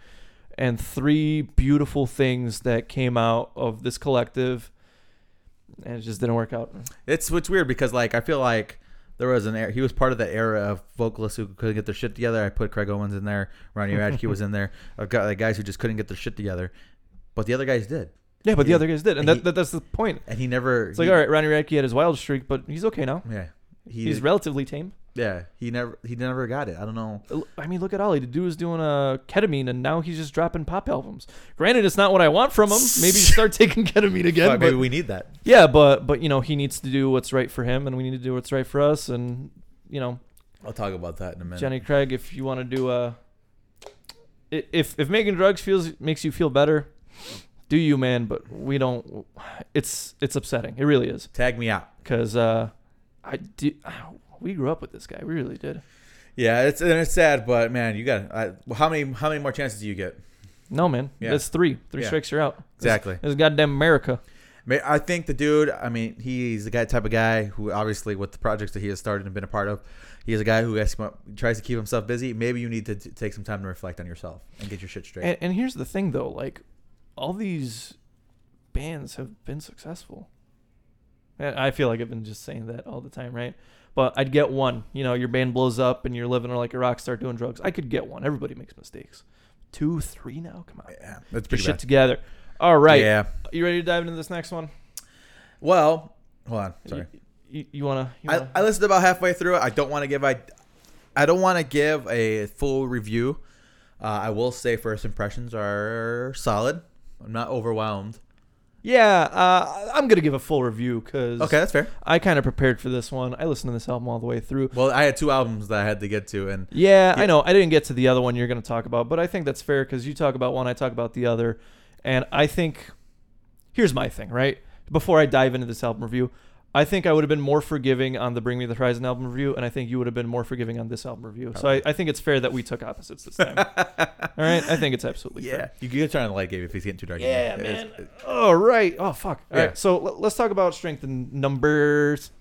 B: And three beautiful things that came out of this collective, and it just didn't work out.
A: It's it's weird because like I feel like there was an era, he was part of that era of vocalists who couldn't get their shit together. I put Craig Owens in there, Ronnie
B: [laughs]
A: Radke was in there. I've got the guys who just couldn't get their shit together, but the other guys did,
B: Yeah, but the
A: He-
B: other guys did, and
A: he-
B: that, that, that's the point.
A: and he never.
B: It's like,
A: he-
B: all right, Ronnie Radke had his wild streak, but he's okay now.
A: yeah, he,
B: He's relatively tame.
A: yeah, he never he never got it. I don't know.
B: L- I mean, look at Ollie. The dude was doing uh, ketamine, and now he's just dropping pop albums. Granted, it's not what I want from him. Maybe
A: [laughs]
B: start taking ketamine again.
A: Fuck,
B: but-
A: maybe we need that.
B: yeah, but but you know, he needs to do what's right for him, and we need to do what's right for us. And you know,
A: I'll talk about that in a minute.
B: Johnny Craig, if you want to do uh, i- if if making drugs feels makes you feel better, do you, man? But we don't. It's it's upsetting. It really is
A: Tag me out.
B: because uh, I do. [sighs] We grew up with this guy. We really did.
A: Yeah, it's and it's sad, but man, you got I, how many how many more chances do you get?
B: No, man.
A: Yeah.
B: That's three. Three
A: Yeah.
B: strikes, you're out. This-
A: Exactly.
B: This, is goddamn America.
A: Ma- I think the dude. I mean, he's the guy type of guy who, obviously, with the projects that he has started and been a part of, he is a guy who has, tries to keep himself busy. Maybe you need to t- take some time to reflect on yourself and get your shit straight.
B: And, and here's the thing, though. Like, all these bands have been successful. And I feel like I've been just saying that all the time, right? But I'd get one. You know, your band blows up and you're living like a rock star doing drugs. I could get one. Everybody makes mistakes. Two, three now? Come on.
A: yeah, that's
B: Get
A: pretty
B: shit
A: bad.
B: together. All right.
A: Yeah.
B: You ready to dive into this next one?
A: Well, hold on. Sorry.
B: You, you, you want to?
A: I, I listened about halfway through. it. I don't want to give I, I don't want to give a full review. Uh, I will say first impressions are solid. I'm not overwhelmed.
B: yeah, uh, I'm going to give a full review because.
A: Okay, that's fair.
B: I kind of prepared for this one. I listened to this album all the way through.
A: Well, I had two albums that I had to get to, and
B: Yeah, I know. I didn't get to the other one you're going to talk about, but I think that's fair because you talk about one, I talk about the other. And I think here's my thing, right? Before I dive into this album review, I think I would have been more forgiving on the Bring Me the Horizon album review, and I think you would have been more forgiving on this album review. So I, I think it's fair that we took opposites this
A: [laughs]
B: time. all right? I think it's absolutely fair.
A: yeah, you can turn on the light game if he's getting too dark.
B: Yeah,
A: It's-
B: man. All right. Oh, fuck. All right.
A: Yeah.
B: So let- let's talk about strength and numbers.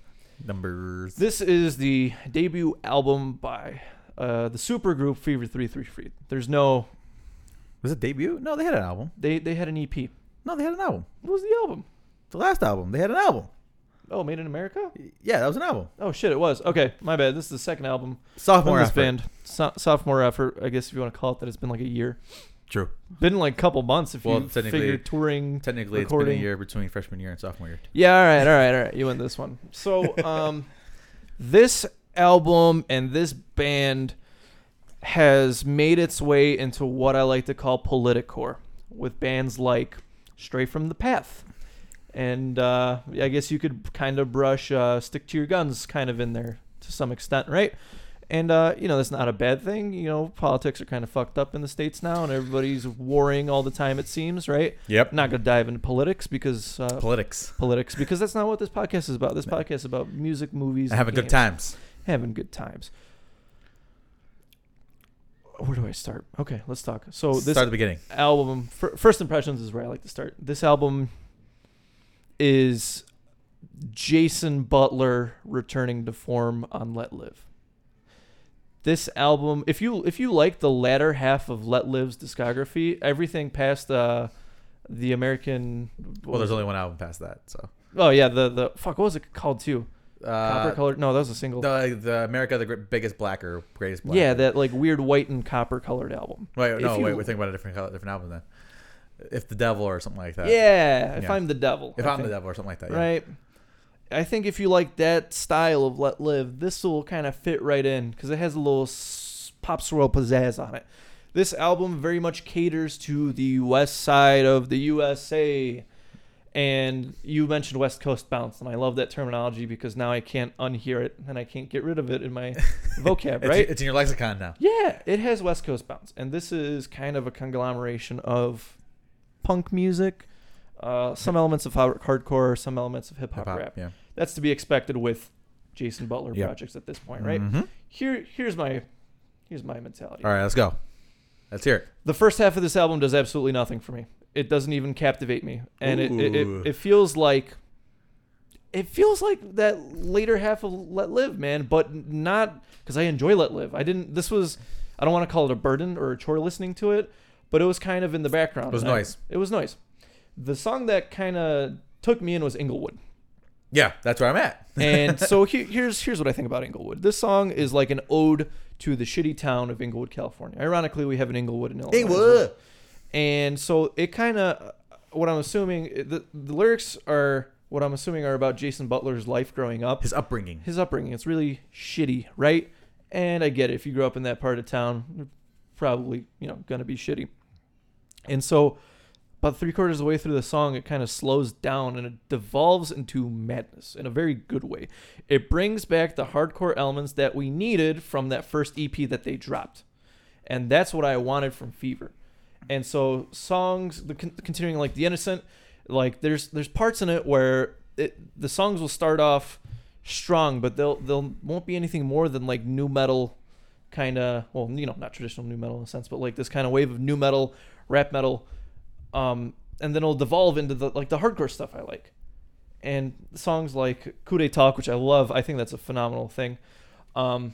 A: numbers.
B: This is the debut album by uh, the supergroup Fever 333. There's no
A: Was it debut? No, they had an album.
B: they they had an EP. What
A: No, they had an album.
B: was the album?
A: The last album, they had an album.
B: Oh, Made in America?
A: Yeah, that was an album.
B: Oh shit, it was. Okay, my bad. This is the second album
A: Sophomore
B: from this
A: effort.
B: band. So- sophomore effort, I guess if you want to call it that. It's been like a year.
A: True.
B: Been like a couple months if
A: Well,
B: you
A: technically-
B: figure touring.
A: Technically, it's
B: Recording.
A: been a year between freshman year and sophomore year.
B: Yeah, all right, all right, all right. You win this one. So, um, this album and this band has made its way into what I like to call politicore, with bands like Stray from the Path, and uh, I guess you could kind of brush uh, Stick to Your Guns kind of in there to some extent, right? And uh, you know that's not a bad thing. You know politics are kind of fucked up in the states now, and everybody's warring all the time. It seems, right?
A: Yep.
B: I'm not gonna dive into politics because uh,
A: Politics.
B: politics because that's not what this podcast is about. This podcast is about music, movies,
A: And having good
B: games.
A: times.
B: Having good times. Where do I start? Okay, let's talk. So Oh, this
A: Start at the beginning.
B: album, fir- first impressions is where I like to start. This album is Jason Butler returning to form on Let Live. This album, if you if you like the latter half of Let Live's discography, everything past uh, the American.
A: Well, there's only one album past that, so.
B: Oh yeah, the the fuck. What was it called too? copper
A: Uh,
B: colored? No, that was a single.
A: the, the America, the gr- biggest black or greatest black.
B: yeah, that like weird white and copper colored album.
A: Wait,
B: If
A: no,
B: you-
A: wait. We're thinking about a different color, different album then. If the devil or something like that.
B: yeah, if
A: yeah.
B: I'm the devil.
A: If
B: I
A: I'm the
B: think.
A: devil or something like that. Yeah. [laughs]
B: right? I think if you like that style of Let Live, this will kind of fit right in because it has a little s- pop swirl pizzazz on it. This album very much caters to the west side of the USA. And you mentioned West Coast Bounce, and I love that terminology because now I can't unhear it and I can't get rid of it in my vocab,
A: It's,
B: right?
A: It's in your lexicon now.
B: Yeah, it has West Coast bounce, and this is kind of a conglomeration of punk music, uh, some elements of hard- hardcore, some elements of hip hop
A: Hip-hop,
B: rap.
A: Yeah.
B: That's to be expected with Jason Butler
A: Yep.
B: projects at this point, right?
A: Mhm.
B: Here, here's my, here's my mentality.
A: All right, let's go. Let's hear it.
B: The first half of this album does absolutely nothing for me. It doesn't even captivate me, and it it,
A: Ooh.
B: it it feels like. It feels like that later half of Let Live, man, but not because I enjoy Let Live. I didn't. This was, I don't want to call it a burden or a chore listening to it, but it was kind of in the background.
A: It was
B: And I-
A: noise.
B: It was noise. The song that kind of took me in was Inglewood.
A: Yeah, that's where I'm
B: [laughs]
A: at.
B: And so he, here's here's what I think about Inglewood. This song is like an ode to the shitty town of Inglewood, California. Ironically, we have an Inglewood in Illinois. as well. And so it kind of what I'm assuming the, the lyrics are what I'm assuming are about Jason Butler's life growing up,
A: His upbringing.
B: his upbringing. It's really shitty, right? And I get it. If you grew up in that part of town, you're probably you know gonna be shitty. And so, about three quarters of the way through the song, it kind of slows down and it devolves into madness in a very good way. It brings back the hardcore elements that we needed from that first EP that they dropped, and that's what I wanted from Fever. And so, songs the con- continuing like The Innocent, like there's there's parts in it where it, the songs will start off strong, but they'll they'll won't be anything more than like new metal kind of well you know not traditional new metal in a sense but like this kind of wave of new metal rap metal um and then it'll devolve into the like the hardcore stuff i like and songs like coup d'etat which i love i think that's a phenomenal thing um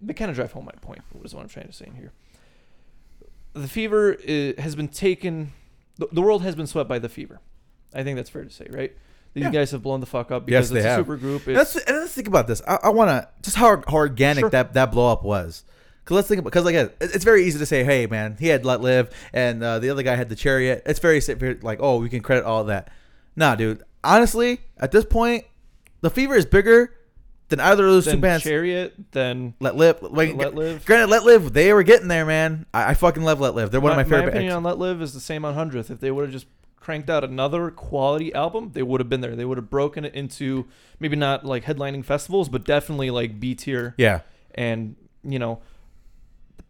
B: they kind of drive home my point is what i'm trying to say in here the fever i has been taken the, the world has been swept by the fever i think that's fair to say right these
A: Yeah.
B: guys have blown the fuck up
A: Yes,
B: because
A: they
B: it's a
A: have.
B: super group
A: Let's, and let's think about this. I, I want to just how, how organic
B: Sure.
A: that that blow up was. Cause let's think about because like uh, it- it's very easy to say, hey man, he had Let Live, and uh, the other guy had the Chariot. It's very si- very, like oh we can credit all that. Nah, dude. Honestly, at this point, the Fever is bigger than either of those two
B: then
A: bands.
B: chariot then
A: Let Live, like,
B: Let Live.
A: Granted, Let Live, they were getting there, man. I, I fucking love Let Live. They're one of my favorite
B: opinion
A: bands.
B: on Let Live is the same on Hundredth. If they would have just cranked out another quality album, they would have been there. They would have broken it into maybe not like headlining festivals, but definitely like B tier
A: yeah,
B: and you know.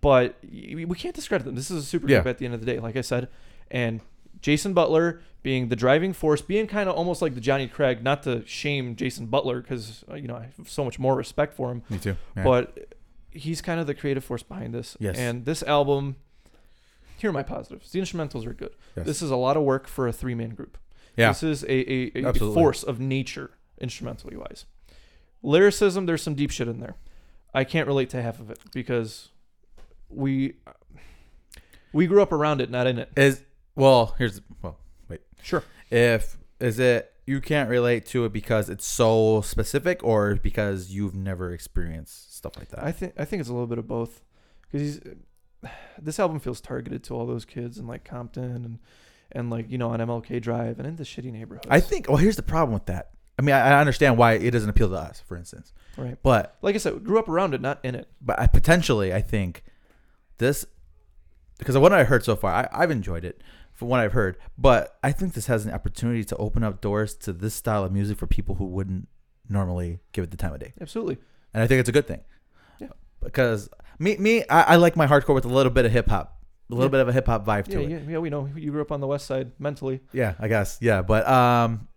B: But y- we can't discredit them. This is a super
A: Yeah.
B: group at the end of the day, like I said, and Jason Butler being the driving force, being kind of almost like the Johnny Craig. Not to shame Jason Butler because you know I have so much more respect for him,
A: me too. Yeah.
B: but he's kind of the creative force behind this.
A: Yes.
B: And this album, here are my positives. The instrumentals are good.
A: Yes.
B: This is a lot of work for a three man group.
A: Yeah.
B: This is a, a, a- a
A: Absolutely.
B: force of nature, instrumentally wise. Lyricism, there's some deep shit in there. I can't relate to half of it because we we grew up around it, not in it.
A: is well here's well wait
B: Sure.
A: if is it you can't relate to it because it's so specific or because you've never experienced stuff like that
B: I think I think it's a little bit of both, because he's [sighs] this album feels targeted to all those kids in like Compton and and like you know on MLK Drive and in the shitty neighborhoods.
A: I think. Well, here's the problem with that. I mean, I, I understand why it doesn't appeal to us, for instance.
B: right.
A: But
B: Like I said, grew up around it, not in it.
A: but I, potentially, I think this because of what I heard so far, I, I've enjoyed it from what I've heard. But I think this has an opportunity to open up doors to this style of music for people who wouldn't normally give it the time of day,
B: Absolutely.
A: and I think it's a good thing.
B: Yeah.
A: Because me, me, I, I like my hardcore with a little bit of hip hop, a little
B: Yeah.
A: bit of a hip hop vibe to
B: Yeah,
A: it.
B: yeah, yeah, we know you grew up on the west side mentally.
A: Yeah, I guess. Yeah, but um,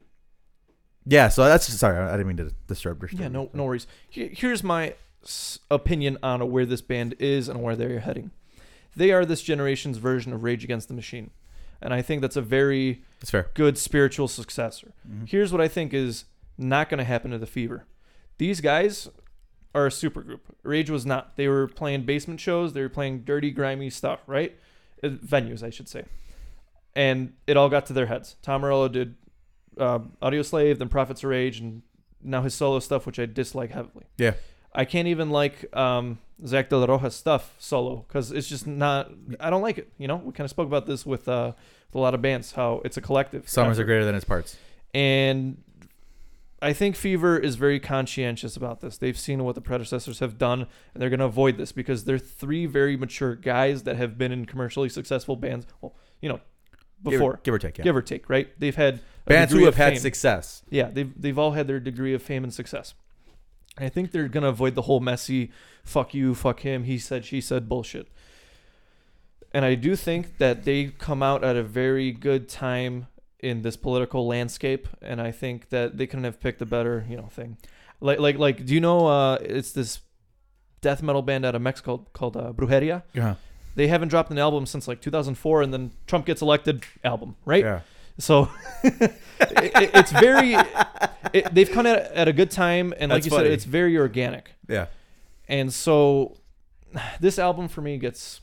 A: yeah. So that's sorry, I I didn't mean to disturb your. story.
B: Yeah, no, no worries. Here- Here's my s- opinion on where this band is and where they're heading. They are this generation's version of Rage Against the Machine, and I think that's a very
A: it's fair.
B: good spiritual successor.
A: Mhm.
B: Here's what I think is not going to happen to the Fever. These guys are a supergroup. Rage was not. They were playing basement shows. They were playing dirty, grimy stuff, right? Uh, venues, I should say. And it all got to their heads. Tom Morello did uh, Audio Slave, then Prophets of Rage, and now his solo stuff, which I dislike heavily.
A: Yeah.
B: I can't even like um, Zach De La Roja's stuff solo because it's just not. I don't like it. You know, we kind of spoke about this with uh, with a lot of bands how it's a collective.
A: Summers
B: effort.
A: are greater than its parts.
B: And I think Fever is very conscientious about this. They've seen what the predecessors have done, and they're going to avoid this because they're three very mature guys that have been in commercially successful bands. Well, you know,
A: Give or-
B: before
A: give or, take. Yeah.
B: give or take, right? They've had a
A: Bands who
B: degree
A: have
B: of
A: had
B: fame.
A: success.
B: Yeah, they've they've all had their degree of fame and success. And I think they're gonna avoid the whole messy "fuck you, fuck him," he said, she said bullshit. And I do think that they come out at a very good time in this political landscape, and I think that they couldn't have picked a better you know thing. Like like like, do you know? Uh, it's this death metal band out of Mexico called, called uh, Brujeria.
A: Yeah.
B: They haven't dropped an album since like 2004, and then Trump gets elected. Album, right?
A: Yeah.
B: So [laughs] it, it- it's very. It, they've come at, at a good time, and like
A: That's
B: you said,
A: funny.
B: it's very organic.
A: Yeah.
B: And so, this album for me gets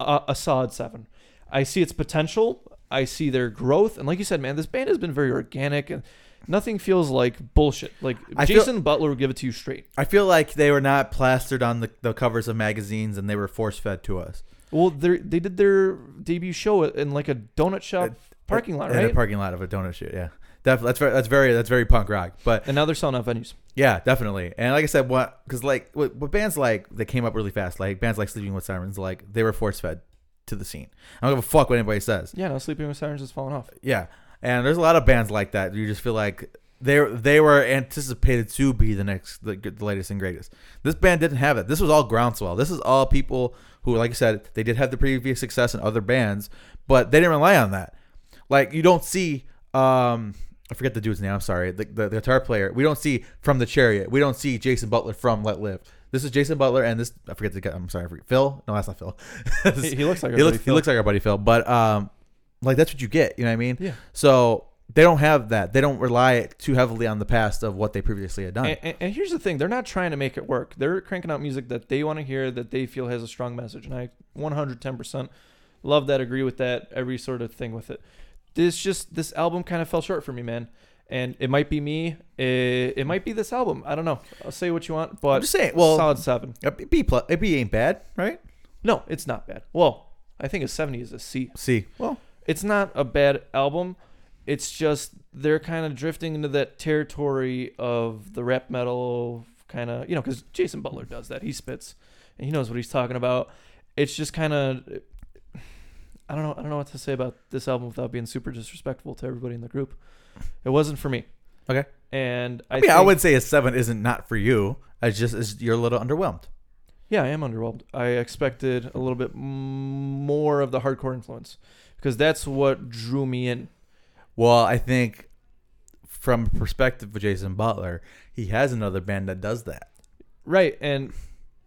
B: a, a solid seven. I see its potential. I see their growth, and like you said, man, this band has been very organic, and nothing feels like bullshit. Like
A: I feel-
B: Jason Butler will give it to you straight.
A: I feel like they were not plastered on the, the covers of magazines, and they were force fed to us.
B: Well, they they did their debut show in like a donut shop parking lot,
A: in
B: right?
A: a parking lot of a donut shoot. Yeah, Def- that's very that's very that's very punk rock. But
B: and now they're selling out venues.
A: yeah, definitely. And like I said, what because like what, what bands like that came up really fast, like bands like Sleeping with Sirens, like they were force fed to the scene. I don't give a fuck what anybody says.
B: Yeah, now Sleeping with Sirens is falling off.
A: Yeah, and there's a lot of bands like that. You just feel like they they were anticipated to be the next, the, the latest and greatest. This band didn't have it. This was all groundswell. This is all people who, like I said, they did have the previous success in other bands, but they didn't rely on that. Like you don't see, um, I forget the dude's name. I'm sorry, the, the, the guitar player. We don't see from the Chariot. We don't see Jason Butler from Let Live. This is Jason Butler and this I forget the guy. I'm sorry, I forget, Phil. No, that's not Phil. [laughs]
B: He, he looks like
A: he
B: everybody
A: looks he looks like our buddy Phil, but um, like that's what you get. You know what I mean?
B: Yeah.
A: So they don't have that. They don't rely too heavily on the past of what they previously had done.
B: And, and, and here's the thing: they're not trying to make it work. They're cranking out music that they want to hear, that they feel has a strong message, and I 110% love that, agree with that, every sort of thing with it. This just this album kind of fell short for me, man. And it might be me. It, it might be this album. I don't know. I'll say what you want,
A: I'm
B: but
A: just saying. Well,
B: solid seven.
A: a B plus, a B ain't bad, right?
B: No, it's not bad. Well, I think a 70 is a C.
A: C. Well,
B: it's not a bad album. It's just they're kind of drifting into that territory of the rap metal kind of, you know, because Jason Butler does that. He spits, and he knows what he's talking about. It's just kind of, I don't know, I don't know what to say about this album without being super disrespectful to everybody in the group. It wasn't for me,
A: okay.
B: and I,
A: I mean,
B: think,
A: I would say a seven isn't not for you. I just is you're a little underwhelmed.
B: Yeah, I am underwhelmed. I expected a little bit m- more of the hardcore influence because that's what drew me in.
A: Well, I think from a perspective of Jason Butler, he has another band that does that.
B: Right, and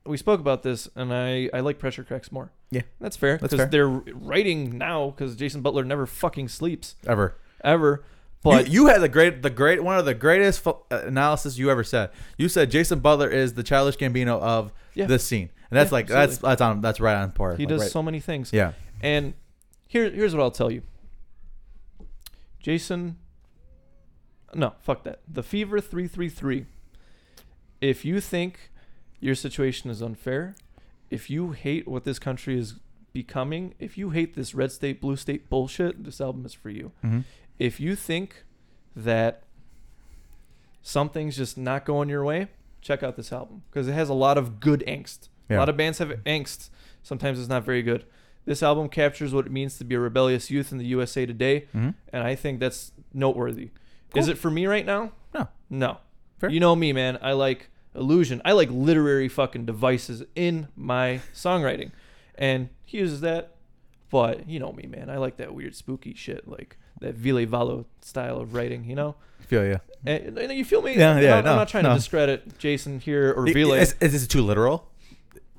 B: we spoke about this, and I I like pressure cracks more.
A: Yeah.
B: that's fair
A: That's
B: because
A: fair.
B: they're writing now because Jason Butler never fucking sleeps
A: Ever.
B: ever. But
A: you, you had the great, the great, one of the greatest ph- analysis you ever said. You said Jason Butler is the childish Gambino of
B: Yeah.
A: this scene, and that's
B: Yeah,
A: like that's that's on that's right on par.
B: he
A: Like,
B: does
A: right-
B: so many things.
A: yeah,
B: And here here's what I'll tell you. Jason, no, fuck that. The Fever three three three. If you think your situation is unfair, if you hate what this country is becoming. If you hate this red state, blue state bullshit, this album is for you.
A: Mhm.
B: If you think that something's just not going your way, check out this album because it has a lot of good angst.
A: Yeah.
B: A lot of bands have angst. Sometimes it's not very good. This album captures what it means to be a rebellious youth in the USA today,
A: Mhm.
B: and I think that's noteworthy. Is
A: Cool.
B: it for me right now?
A: No.
B: No.
A: Fair.
B: You know me, man. I like illusion. I like literary fucking devices in my songwriting. And he uses that. But you know me, man. I like that weird spooky shit, like that Ville Valo style of writing, you know?
A: Feel you.
B: And, and you feel me?
A: Yeah,
B: I'm
A: yeah,
B: not- I'm,
A: no,
B: not trying
A: no.
B: to discredit Jason here or Ville.
A: Is, is this too literal?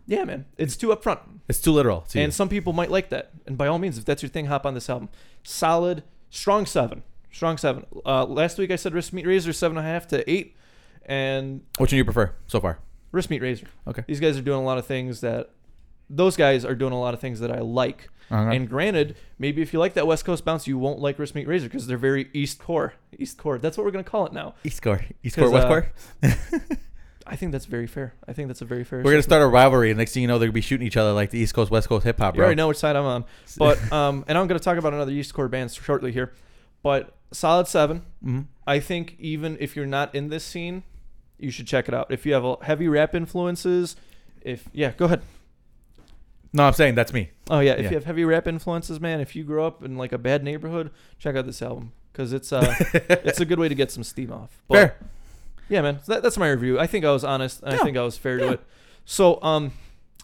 B: yeah, man. It's too upfront.
A: It's too literal. To
B: And some people might like that. And by all means, if that's your thing, hop on this album. Solid, strong seven. Strong seven. Uh, last week I said Wrist Meat Razor, seven and a half to eight. And
A: you. Which one you prefer so far?
B: Wrist Meat Razor.
A: Okay.
B: These guys are doing a lot of things that those guys are doing a lot of things that I like.
A: Uh-huh.
B: And granted, maybe if you like that West Coast bounce, you won't like Wrist Meat Razor because they're very East Core. East Core. That's what we're gonna call it now.
A: East Core. East Core,
B: 'Cause,
A: West
B: uh,
A: Core.
B: I think that's very fair. I think that's a very fair.
A: [laughs] We're going to start a rivalry, and next thing you know, they're going to be shooting each other like the East Coast, West Coast hip hop,
B: You
A: bro.
B: already know which side
A: [laughs]
B: I'm on. But um, and I'm gonna talk about another East Core band shortly here. But solid seven.
A: Mhm.
B: I think even if you're not in this scene, you should check it out. If you have a heavy rap influences, if yeah, go ahead.
A: No, I'm saying that's me.
B: Oh yeah, if
A: Yeah.
B: you have heavy rap influences, man, if you grew up in like a bad neighborhood, check out this album because it's
A: [laughs]
B: uh it's a good way to get some steam off. But,
A: Fair.
B: Yeah, man, so that, that's my review. I think I was honest. and I
A: Yeah.
B: think I was fair
A: Yeah.
B: to it. So um,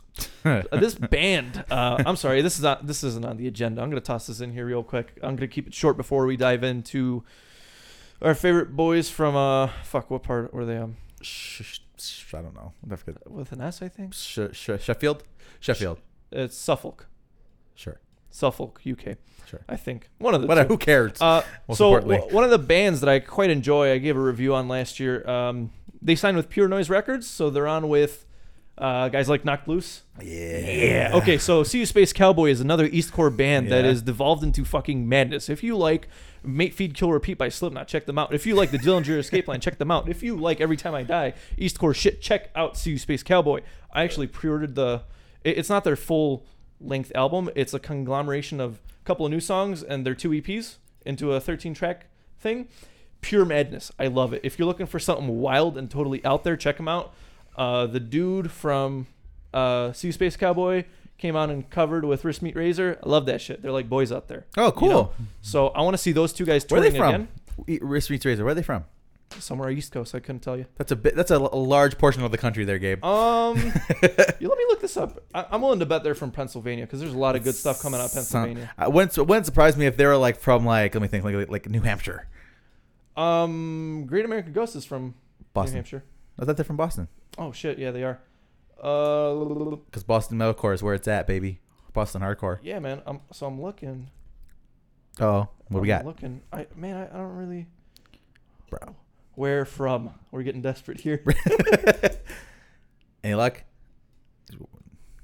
A: [laughs]
B: this band, uh, I'm sorry, this is not this isn't on the agenda. I'm gonna toss this in here real quick. I'm gonna keep it short before we dive into our favorite boys from uh fuck what part were they um
A: Sh- sh- I don't know. I forget.
B: with an S I think
A: Sh- sh- Sheffield? Sheffield.
B: it's Suffolk,
A: Sure.
B: Suffolk, UK.
A: Sure.
B: I think one of the
A: Whatever.
B: two.
A: Who cares?
B: Uh,
A: Most
B: so
A: importantly.
B: w- one of the bands that I quite enjoy, I gave a review on last year. Um, they signed with Pure Noise Records, so they're on with uh, guys like Knocked Loose.
A: yeah.
B: Okay, so See You Space Cowboy is another East Core band that
A: Yeah.
B: is devolved into fucking madness. If you like Mate Feed Kill Repeat by Slipknot, check them out. If you like the Dillinger Escape Line, check them out. If you like Every Time I Die, East Core shit, check out See You Space Cowboy. I actually pre-ordered the. it- It's not their full length album. It's a conglomeration of a couple of new songs and their two EPs into a 13 track thing. Pure madness. I love it. If you're looking for something wild and totally out there, check them out. Uh, the dude from uh, Sea Space Cowboy came out and covered with Wrist Meat Razor. I love that shit. They're like boys out there.
A: Oh,
B: you
A: cool.
B: know? So I want to see those two guys
A: Where
B: touring
A: are they from?
B: again.
A: E- Wrist Meets Razor. Where are they from?
B: Somewhere East Coast. I couldn't tell you.
A: That's a bit. That's a, l- a large portion of the country there, Gabe. [laughs]
B: Um, you let me look this up. I- I'm willing to bet they're from Pennsylvania because there's a lot of good stuff coming out of Pennsylvania.
A: Uh, wouldn't, wouldn't surprise me if they were like from like let me think like like New Hampshire,
B: Um, Great American Ghost is from New
A: Boston.
B: Hampshire.
A: I thought they're from Boston
B: Oh shit, yeah, they are. Uh,
A: because Boston metalcore is where it's at, baby. Boston hardcore.
B: yeah, man. I'm, so I'm looking.
A: Oh, what do we
B: I'm
A: got,
B: Looking, I man, I, I don't really.
A: bro?
B: Where from? We're getting desperate here.
A: Any luck?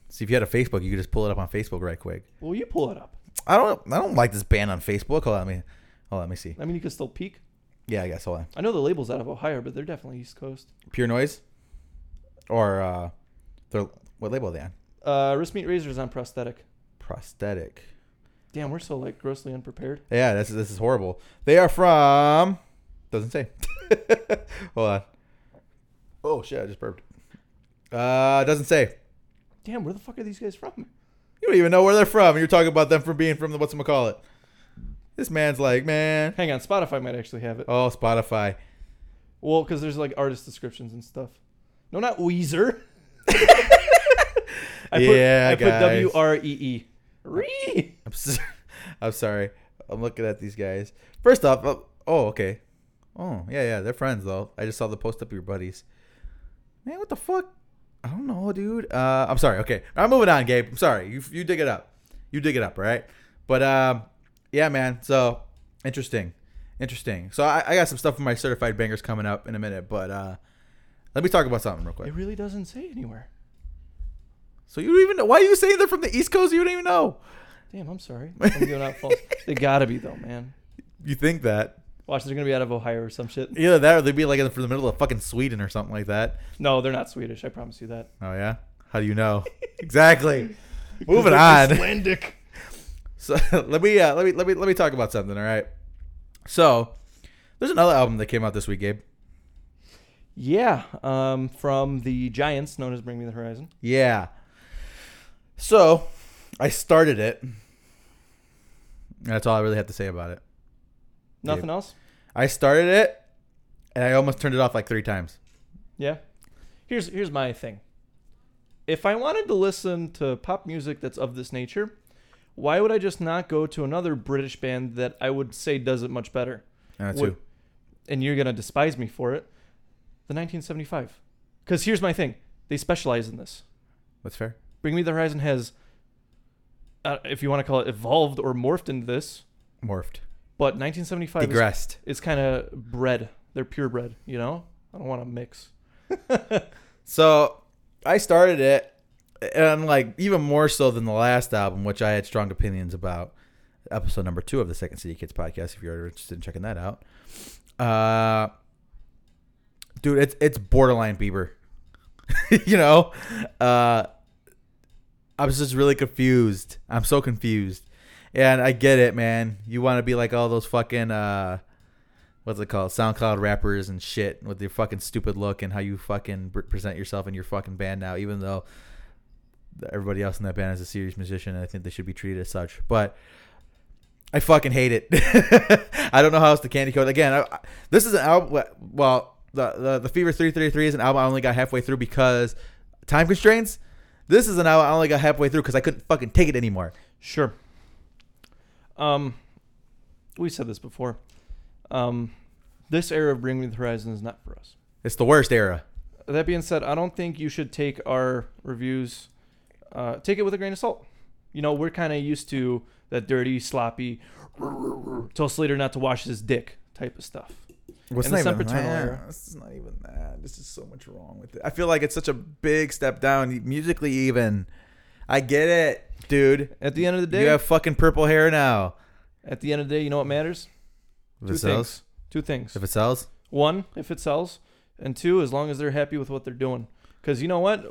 A: See if you had a Facebook, you could just pull it up on Facebook right quick.
B: Will you pull it up?
A: I don't. I don't like this band on Facebook. Hold on, let me. Hold on, let me see.
B: I mean, you can still peek.
A: Yeah, I guess. Hold on.
B: I know the label's out of Ohio, but they're definitely East Coast.
A: Pure Noise, or uh, their what label are they on?
B: Uh, wrist meat razors on prosthetic.
A: Prosthetic.
B: Damn, we're so like grossly unprepared.
A: Yeah, this is this is horrible. They are from. Doesn't say. [laughs] Hold on. Oh shit! I just burped. Uh, doesn't say.
B: Damn, where the fuck are these guys from?
A: You don't even know where they're from. You're talking about them for being from the what's call it. This man's like, man.
B: Hang on, Spotify might actually have it.
A: Oh, Spotify.
B: Well, because there's like artist descriptions and stuff. No, not Weezer. [laughs] I
A: Yeah,
B: put, I
A: guys.
B: put W R E E. Ree.
A: I'm, s- [laughs] I'm sorry. I'm looking at these guys. First off, oh, oh, okay. Oh, yeah, yeah. They're friends, though. I just saw the post up your buddies. Man, what the fuck? I don't know, dude. Uh, I'm sorry. Okay. I'm moving on, Gabe. I'm sorry. You, you dig it up. You dig it up, all right? But um, yeah, man. So interesting. Interesting. So I, I got some stuff for my certified bangers coming up in a minute, but uh, let me talk about something real quick.
B: It really doesn't say anywhere.
A: So you don't even know. Why are you saying they're from the East Coast? You don't even know.
B: Damn, I'm sorry. I'm giving out false. They gotta be though, man.
A: You think that.
B: Watch, they're gonna be out of Ohio or some
A: [laughs]
B: shit.
A: Either that or they'd be like in the middle of fucking Sweden or something like that.
B: No, they're not Swedish. I promise you that.
A: Oh, yeah? How do you know? exactly. Moving on.
B: Landic.
A: [laughs] So let me uh, let me let me let me talk about something. All right. So there's another album that came out this week, Gabe.
B: Yeah, um, from the Giants, known as Bring Me the Horizon.
A: Yeah. So I started it. And That's all I really have to say about it.
B: Nothing else.
A: I started it, and I almost turned it off like three times.
B: Yeah. Here's here's my thing. If I wanted to listen to pop music that's of this nature, why would I just not go to another British band that I would say does it much better?
A: And that's
B: Would-
A: who.
B: and you're gonna despise me for it. The 1975. Because here's my thing. They specialize in this.
A: That's fair.
B: Bring Me the Horizon has, uh, if you want to call it, evolved or morphed into this.
A: Morphed.
B: But 1975 is,
A: Degressed.
B: is kind of bred. They're purebred. You know. I don't want to mix.
A: So I started it, and like even more so than the last album, which I had strong opinions about. Episode number two of the Second City Kids podcast. If you're interested in checking that out, uh, dude, it's it's borderline Bieber. [laughs] you know, uh, I was just really confused. I'm so confused, and I get it, man. You want to be like all those fucking. Uh, what's it called SoundCloud rappers and shit with your fucking stupid look and how you fucking br- present yourself in your fucking band now, even though everybody else in that band is a serious musician and I think they should be treated as such. But I fucking hate it. [laughs] I don't know how else to candy coat. Again, I, I- this is an album. Well, the, the the Fever 333 is an album I only got halfway through because time constraints. This is an album I only got halfway through because I couldn't fucking take it anymore.
B: Sure. Um, we said this before. Um, this era of Bring Me the Horizon is not for us.
A: It's the worst era.
B: That being said, I don't think you should take our reviews, uh, take it with a grain of salt. You know, we're kind of used to that dirty, sloppy, tell Slater not to wash his dick type of stuff.
A: What's
B: And it's not paternal era.
A: This is not even that. This is so much wrong with it. I feel like it's such a big step down e-, musically. Even I get it, dude.
B: At the end of the day,
A: You have fucking purple hair now.
B: at the end of the day, you know what matters?
A: If
B: Two
A: it sells,
B: things. Two things.
A: if it sells,
B: One, if it sells, and two, as long as they're happy with what they're doing. Because you know what,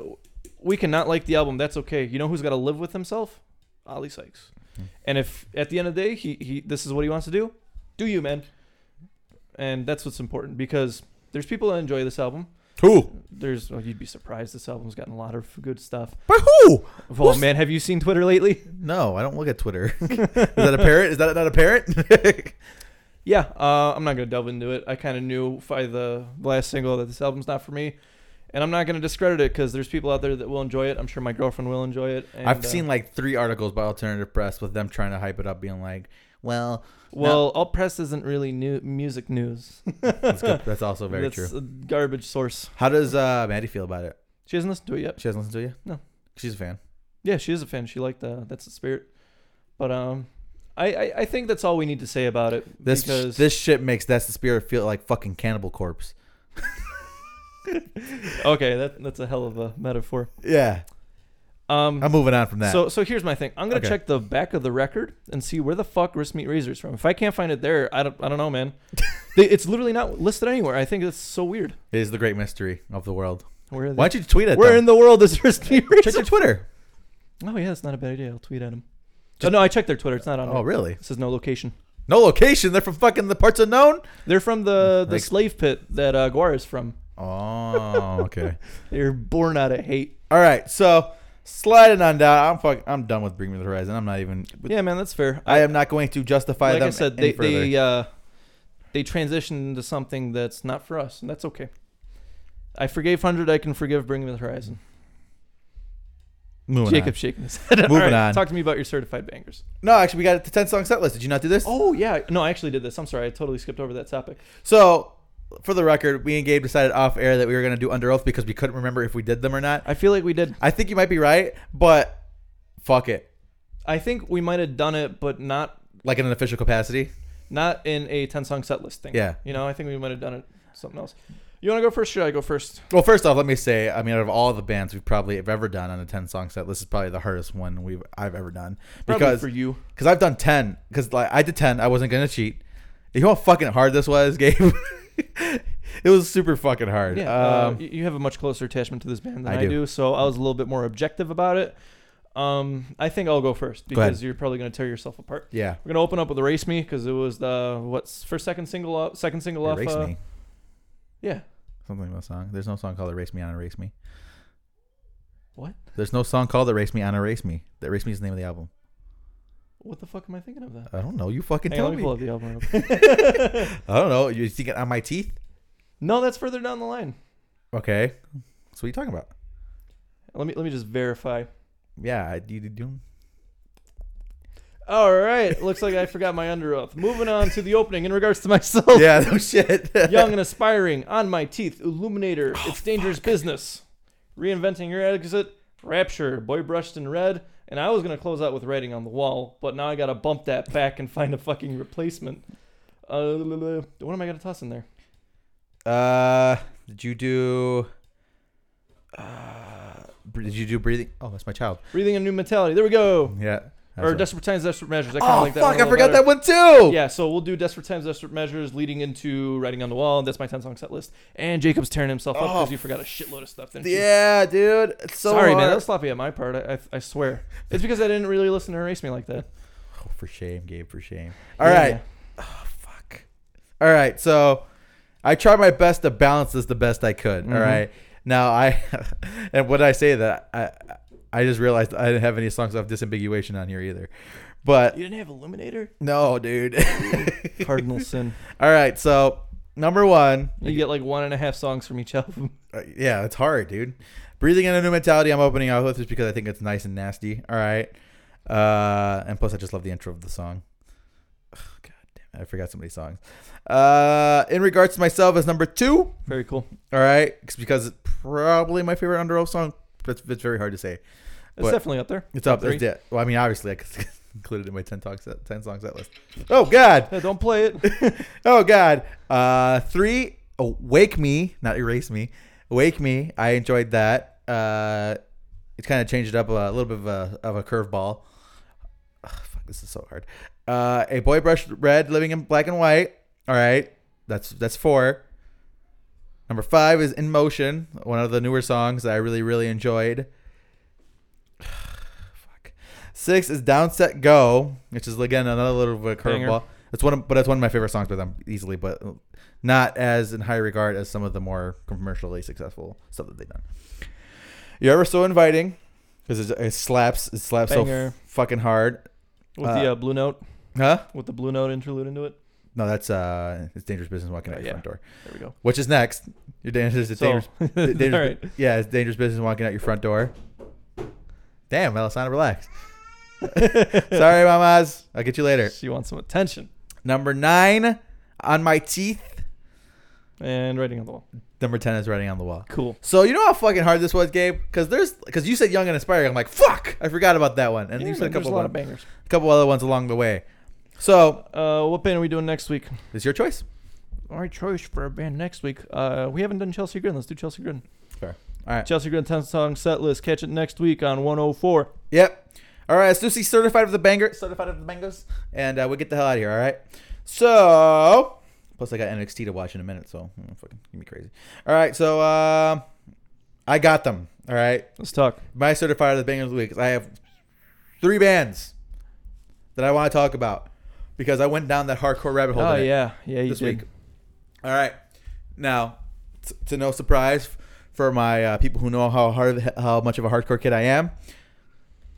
B: we cannot like the album. That's okay. You know who's got to live with himself? Ollie Sykes.
A: Hmm.
B: And if at the end of the day he, he this is what he wants to do, do you, man? And that's what's important because there's people that enjoy this album.
A: who?
B: There's oh, you'd be surprised this album's gotten a lot of good stuff.
A: By who?
B: Oh
A: Who's-
B: man, have you seen Twitter lately?
A: No, I don't look at [laughs] Twitter. is that a parrot? Is that not a [laughs] parrot?
B: Yeah, uh, I'm not gonna delve into it. I kind of knew by the last single that this album's not for me, and I'm not gonna discredit it because there's people out there that will enjoy it. I'm sure my girlfriend will enjoy it. And,
A: I've
B: uh,
A: seen like three articles by alternative press with them trying to hype it up, being like, "Well,
B: Well, all press isn't really new music news.
A: [laughs] that's,
B: [laughs]
A: good. that's also very
B: That's
A: true."
B: a garbage source.
A: How does uh, Maddie feel about it?
B: She hasn't listened to it yet.
A: She hasn't listened to you.
B: No.
A: she's a fan.
B: Yeah, she is a fan. She liked the that's the spirit. But um, I I, I think that's all we need to say about it
A: This
B: because
A: this shit makes that's the spirit feel like fucking Cannibal Corpse.
B: okay, that that's a hell of a metaphor.
A: Yeah,
B: Um,
A: I'm moving on from that.
B: So so here's my thing. I'm gonna
A: Okay.
B: check the back of the record and see where the fuck wrist meat razors from. If I can't find it there, I don't I don't know,
A: [laughs]
B: man. they, it's literally not listed anywhere. I think that's so weird.
A: it is the great mystery of the world.
B: Where are they?
A: Why don't you tweet at
B: Where
A: them?
B: in the world is [laughs] wrist meat
A: Check
B: razor?
A: your Twitter.
B: oh yeah, that's not a bad idea. I'll tweet at them.
A: Just-
B: oh no, I checked their Twitter. It's not on.
A: Oh,
B: there.
A: really?
B: This is no location.
A: No location. They're from fucking the parts unknown.
B: They're from the the
A: Like-
B: slave pit that uh, Guar is from.
A: Oh, okay.
B: They're born out of hate.
A: [laughs] All right. So sliding on down. I'm fuck. I'm done with Bring Me the Horizon. I'm not even.
B: Yeah, man, that's fair.
A: I am not going to justify
B: like
A: them.
B: I said,
A: any
B: they
A: further.
B: they uh, they transitioned into something that's not for us, and that's okay. I forgave hundred. I can forgive Bring Me the Horizon.
A: moving
B: Jacob
A: on.
B: shaking his head. [laughs]
A: Moving on.
B: Talk to me about your certified bangers.
A: No, actually, we got the ten song set list. Did you not do this?
B: Oh yeah, no, I actually did this. I'm sorry, I totally skipped over that topic.
A: So. For the record, we and Gabe decided off air that we were going to do Under Oath because we couldn't remember if we did them or not.
B: I feel like we did.
A: I think you might be right, but fuck it.
B: I think we might have done it, but not
A: Like in an official capacity.
B: not in a ten song set list thing.
A: Yeah.
B: you know, I think we might have done it something else. You want to go first? Should I go first?
A: Well, first off, let me say, I mean, out of all the bands we've probably have ever done on a ten song set, this is probably the hardest one we've I've ever done
B: Probably
A: because
B: for you.
A: because I've done ten because like I did ten, I wasn't gonna cheat. You know how fucking hard this was, [laughs] Gabe. it was super fucking hard.
B: Yeah, uh,
A: um,
B: you you have a much closer attachment to this band than
A: I
B: I,
A: do.
B: do. so I was a little bit more objective about it. Um, I think I'll go first
A: ahead.
B: because you're probably going to tear yourself apart.
A: Yeah.
B: We're gonna open up with "Erase Me" because it was the what's first second single off second single off.
A: Erase
B: uh,
A: me.
B: Yeah,
A: Something about song. There's no song called "Erase Me" on "Erase Me."
B: What?
A: There's no song called "Erase Me" on "Erase Me." The "Erase Me" is the name of the album.
B: what the fuck am I thinking of that?
A: I don't know. You fucking
B: Hang on,
A: tell
B: let me
A: me.
B: pull up the album. real quick.
A: [laughs] I don't know. You think it on my teeth?
B: no, that's further down the line.
A: Okay. So what are you talking about?
B: Let me let me just verify.
A: Yeah, I- you did do.
B: All right, looks like I forgot my under oath. Moving on to the opening in regards to [laughs] myself.
A: Yeah, [laughs] no shit.
B: Oh. Young and aspiring, on my teeth, illuminator,
A: Oh,
B: it's dangerous business, reinventing your exit, rapture, boy brushed in red, and I was gonna close out with writing on the wall, but now I gotta bump that back and find a fucking replacement. Uh, what am I gonna toss in there?
A: [laughs] Uh, did you do? Uh, br- did you do breathing? Oh, that's my child.
B: Breathing a new mentality. There we go.
A: Yeah. that's
B: Or
A: what-
B: desperate times, desperate measures. I kind of
A: oh
B: like that.
A: fuck!
B: one
A: I
B: a little
A: forgot
B: better.
A: that one too.
B: Yeah, so we'll do desperate times, desperate measures, leading into writing on the wall. That's my ten song set list. And Jacob's tearing himself up because
A: Oh,
B: you forgot a shitload of stuff. Didn't you?
A: Yeah, dude. It's so uh,
B: Sorry,
A: hard.
B: man. That was sloppy on my part. I, I, I swear. It's because I didn't really listen to Erase Me like that.
A: Oh, for shame, Gabe. For shame. All right.
B: Yeah.
A: fuck. All right, so I tried my best to balance this the best I could. all
B: Mhm.
A: right, now I [laughs] and when I say that, I I just realized I didn't have any songs of disambiguation on here either. But
B: You didn't have Illuminator?
A: no, dude.
B: Cardinal Sin.
A: [laughs] all right, so number one,
B: [laughs] You get like one and a half songs from each album. [laughs]
A: Uh, yeah, it's hard, dude. Breathing in a new mentality. I'm opening out with just because I think it's nice and nasty. All right, uh, and plus I just love the intro of the song. Ugh, God damn, it, I forgot so many songs. Uh, in regards to myself as number two.
B: Very cool.
A: All right, it's because it's probably my favorite Under Oath song. That's it's very hard to say.
B: It's
A: But-
B: definitely up there.
A: It's up there.
B: three.
A: Yeah. Well, I mean, obviously, I could [laughs] include it in my ten songs set, ten song set list. Oh God, [laughs]
B: Yeah, don't play it.
A: oh God. Uh, three. Oh, Wake me, not erase me. Wake me. I enjoyed that. Uh, it's kind of changed it up a, little bit of a of a curveball. Ugh, fuck, this is so hard. Uh, a boy brushed red, living in black and white. All right, that's that's four. Number five is In Motion, one of the newer songs that I really, really enjoyed. [sighs] Fuck. Six is Down Set Go, which is again another little bit of
B: Banger.
A: curveball. That's one, of, but that's one of my favorite songs by them easily, but not as in high regard as some of the more commercially successful stuff that they've done. You're ever so inviting because it, it slaps, it slaps so
B: Banger.
A: f- fucking hard,
B: With
A: Uh,
B: the uh, blue note.
A: huh?
B: With the blue note interlude into it.
A: No, that's uh, it's dangerous business walking out
B: Oh,
A: your
B: yeah.
A: front door.
B: There we go.
A: Which is next? Your dangerous, it's
B: [laughs]
A: dangerous Da- dangerous,
B: all right.
A: Yeah, it's dangerous business walking out your front door. Damn, Melisana,
B: [laughs]
A: relax. Sorry, mamas. I'll get you later.
B: She wants some attention.
A: Number nine on my teeth.
B: And writing on the wall.
A: Number ten is writing on the wall.
B: Cool.
A: So you know how fucking hard this was, Gabe? Because there's because you said young and inspiring. I'm like, fuck, I forgot about that one. And
B: Yeah,
A: you said
B: man,
A: a
B: there's
A: couple
B: a lot of
A: of, a
B: bangers.
A: couple other ones along the way. So
B: Uh, what band are we doing next week?
A: it's your choice.
B: Our choice for a band next week. Uh, we haven't done Chelsea Grin. Let's do Chelsea Grin.
A: Fair. All right.
B: Chelsea Grin 10 song set list. Catch it next week on 104.
A: Yep. All right, Stussy certified of the banger, certified of the bangers, and uh, we get the hell out of here. All right. So, plus I got NXT to watch in a minute, so mm, fucking give me crazy. All right, so um, I got them. All right,
B: Let's talk.
A: my certified of the banger of the week is I have three bands that I want to talk about because I went down that hardcore rabbit hole.
B: Oh,
A: today
B: yeah. Yeah, you
A: this
B: did.
A: week. All right. Now, t- to no surprise for my uh, people who know how hard, how much of a hardcore kid I am,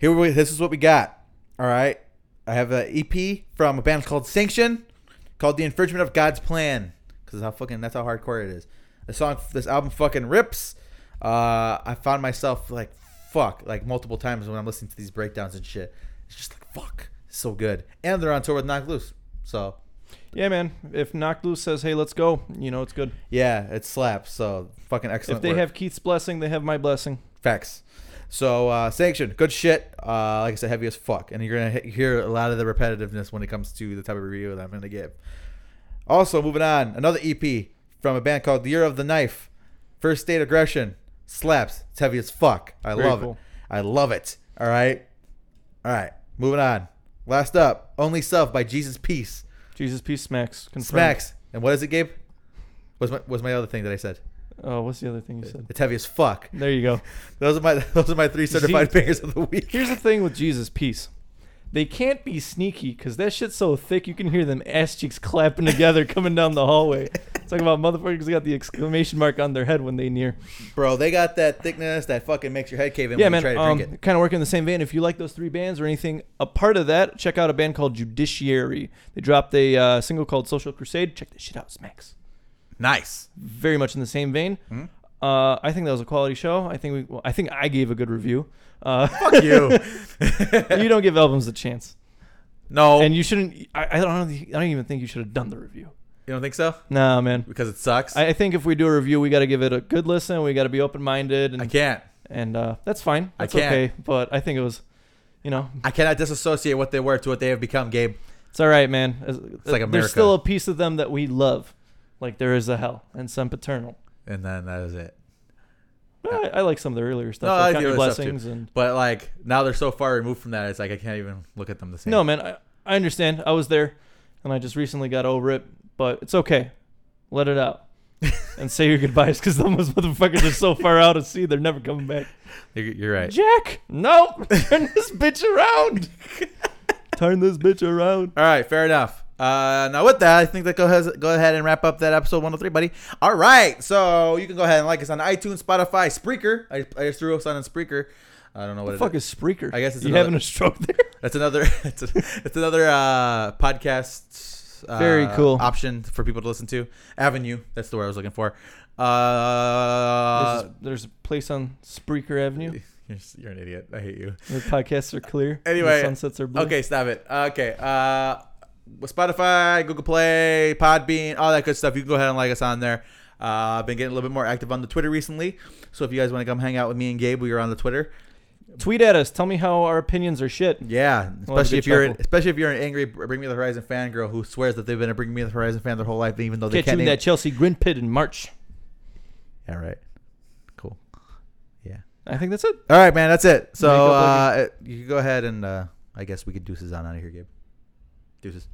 A: here we this is what we got. All right. I have an EP from a band called Sanction, called "The Infringement of God's Plan," because how fucking that's how hardcore it is. The song, this album, fucking rips. Uh, I found myself like fuck, like multiple times when I'm listening to these breakdowns and shit. It's just like fuck, so good. And they're on tour with Knock Loose, so
B: Yeah, man. If Knocked Loose says, hey, let's go, you know it's good.
A: Yeah, it slaps. So fucking excellent.
B: if they
A: work.
B: have Keith's blessing, they have my blessing.
A: facts, so uh, sanction, good shit. Uh, like I said, heavy as fuck, and you're gonna he- hear a lot of the repetitiveness when it comes to the type of review that I'm gonna give. Also, moving on, another EP from a band called The Year of the Knife. First State Aggression slaps. It's heavy as fuck. I
B: Very
A: love
B: cool.
A: it. I love it. All right, all right. Moving on. Last up, Only Self by Jesus Peace
B: Jesus Peace smacks. Confirmed.
A: smacks. And what is it, Gabe? Was my was my other thing that I said?
B: Oh, what's the other thing you said?
A: It's heavy as fuck.
B: There you go.
A: Those are my [laughs] those are my three
B: see-
A: certified bangers of the week.
B: Here's the thing with Jesus peace. They can't be sneaky because that shit's so thick you can hear them ass cheeks clapping together [laughs] coming down the hallway. Talking about motherfuckers got the exclamation mark on their head when they near.
A: [laughs] Bro, they got that thickness that fucking makes your head cave in
B: yeah,
A: when
B: man.
A: you try to
B: Um,
A: drink it.
B: kind of working in the same vein. If you like those three bands or anything, a part of that, check out a band called Judiciary. They dropped a uh, single called Social Crusade. Check that shit out. Smacks.
A: Nice.
B: very much in the same vein.
A: Hmm?
B: Uh, I think that was a quality show. I think we, well, I think I gave a good review. Uh,
A: Fuck you.
B: [laughs] you don't give albums a chance,
A: [laughs] No.
B: and you shouldn't. I, I don't. think- I don't even think you should have done the review.
A: you don't think so?
B: Nah, man.
A: Because it sucks? I,
B: I, I think if we do a review, we got to give it a good listen. We got to be open minded, and
A: can't.
B: and uh, that's fine.
A: I
B: That's
A: can't.
B: okay. But I think it was, you know,
A: I cannot disassociate what they were to what they have become, Gabe.
B: it's all right, man. As- uh,
A: like America.
B: There's still a piece of them that we love, like there is a hell and some paternal.
A: And then that is it.
B: I, I like some of the earlier stuff.
A: No,
B: like
A: I like
B: Count
A: the
B: Your
A: other stuff too.
B: blessings and
A: But like now they're so far removed from that, it's like I can't even look at them the same.
B: No, man, I, I understand. I was there, and I just recently got over it, but it's okay. Let
A: [laughs]
B: it out and say your goodbyes because those motherfuckers are so far out of sea, they're never coming back.
A: You're, you're right.
B: Jack, no, turn this
A: [laughs]
B: bitch around. turn this bitch around.
A: All right, fair enough. Uh, now with that, I think that go has, go ahead and wrap up that episode 103, buddy. All right, so you can go ahead and like us on iTunes, Spotify, Spreaker. I, I just threw us on in Spreaker. I don't know what it is.
B: Fuck is Spreaker.
A: I guess it's
B: you
A: another-
B: having a stroke there.
A: That's another. [laughs] It's, a, it's another uh, podcast. Uh,
B: Very cool.
A: option for people to listen to. Avenue. That's the word I was looking for. Uh,
B: there's, there's a place on Spreaker Avenue.
A: [laughs] you're, s- you're an idiot. I hate you.
B: Where podcasts are clear. and
A: Anyway,
B: the sunsets are blue.
A: Okay, stop it. Okay. Uh, Spotify, Google Play, Podbean, all that good stuff. You can go ahead and like us on there. Uh, I've been getting a little bit more active on the Twitter recently. So if you guys want to come hang out with me and Gabe, we are on the Twitter.
B: Tweet at us. Tell me how our opinions are shit.
A: Yeah,
B: Well, to
A: especially
B: be
A: if you're
B: truthful.
A: especially if you're an angry Bring Me the Horizon fangirl who swears that they've been a Bring Me the Horizon fan their whole life, even though they
B: Catch you
A: can't.
B: in
A: even-
B: that Chelsea Grin Pit in March.
A: Yeah, right. Cool. Yeah.
B: I think that's it.
A: All right, man. That's it. So
B: Makeup
A: uh, you can go ahead and uh, I guess we could deuces on out of here, Gabe. Deuces.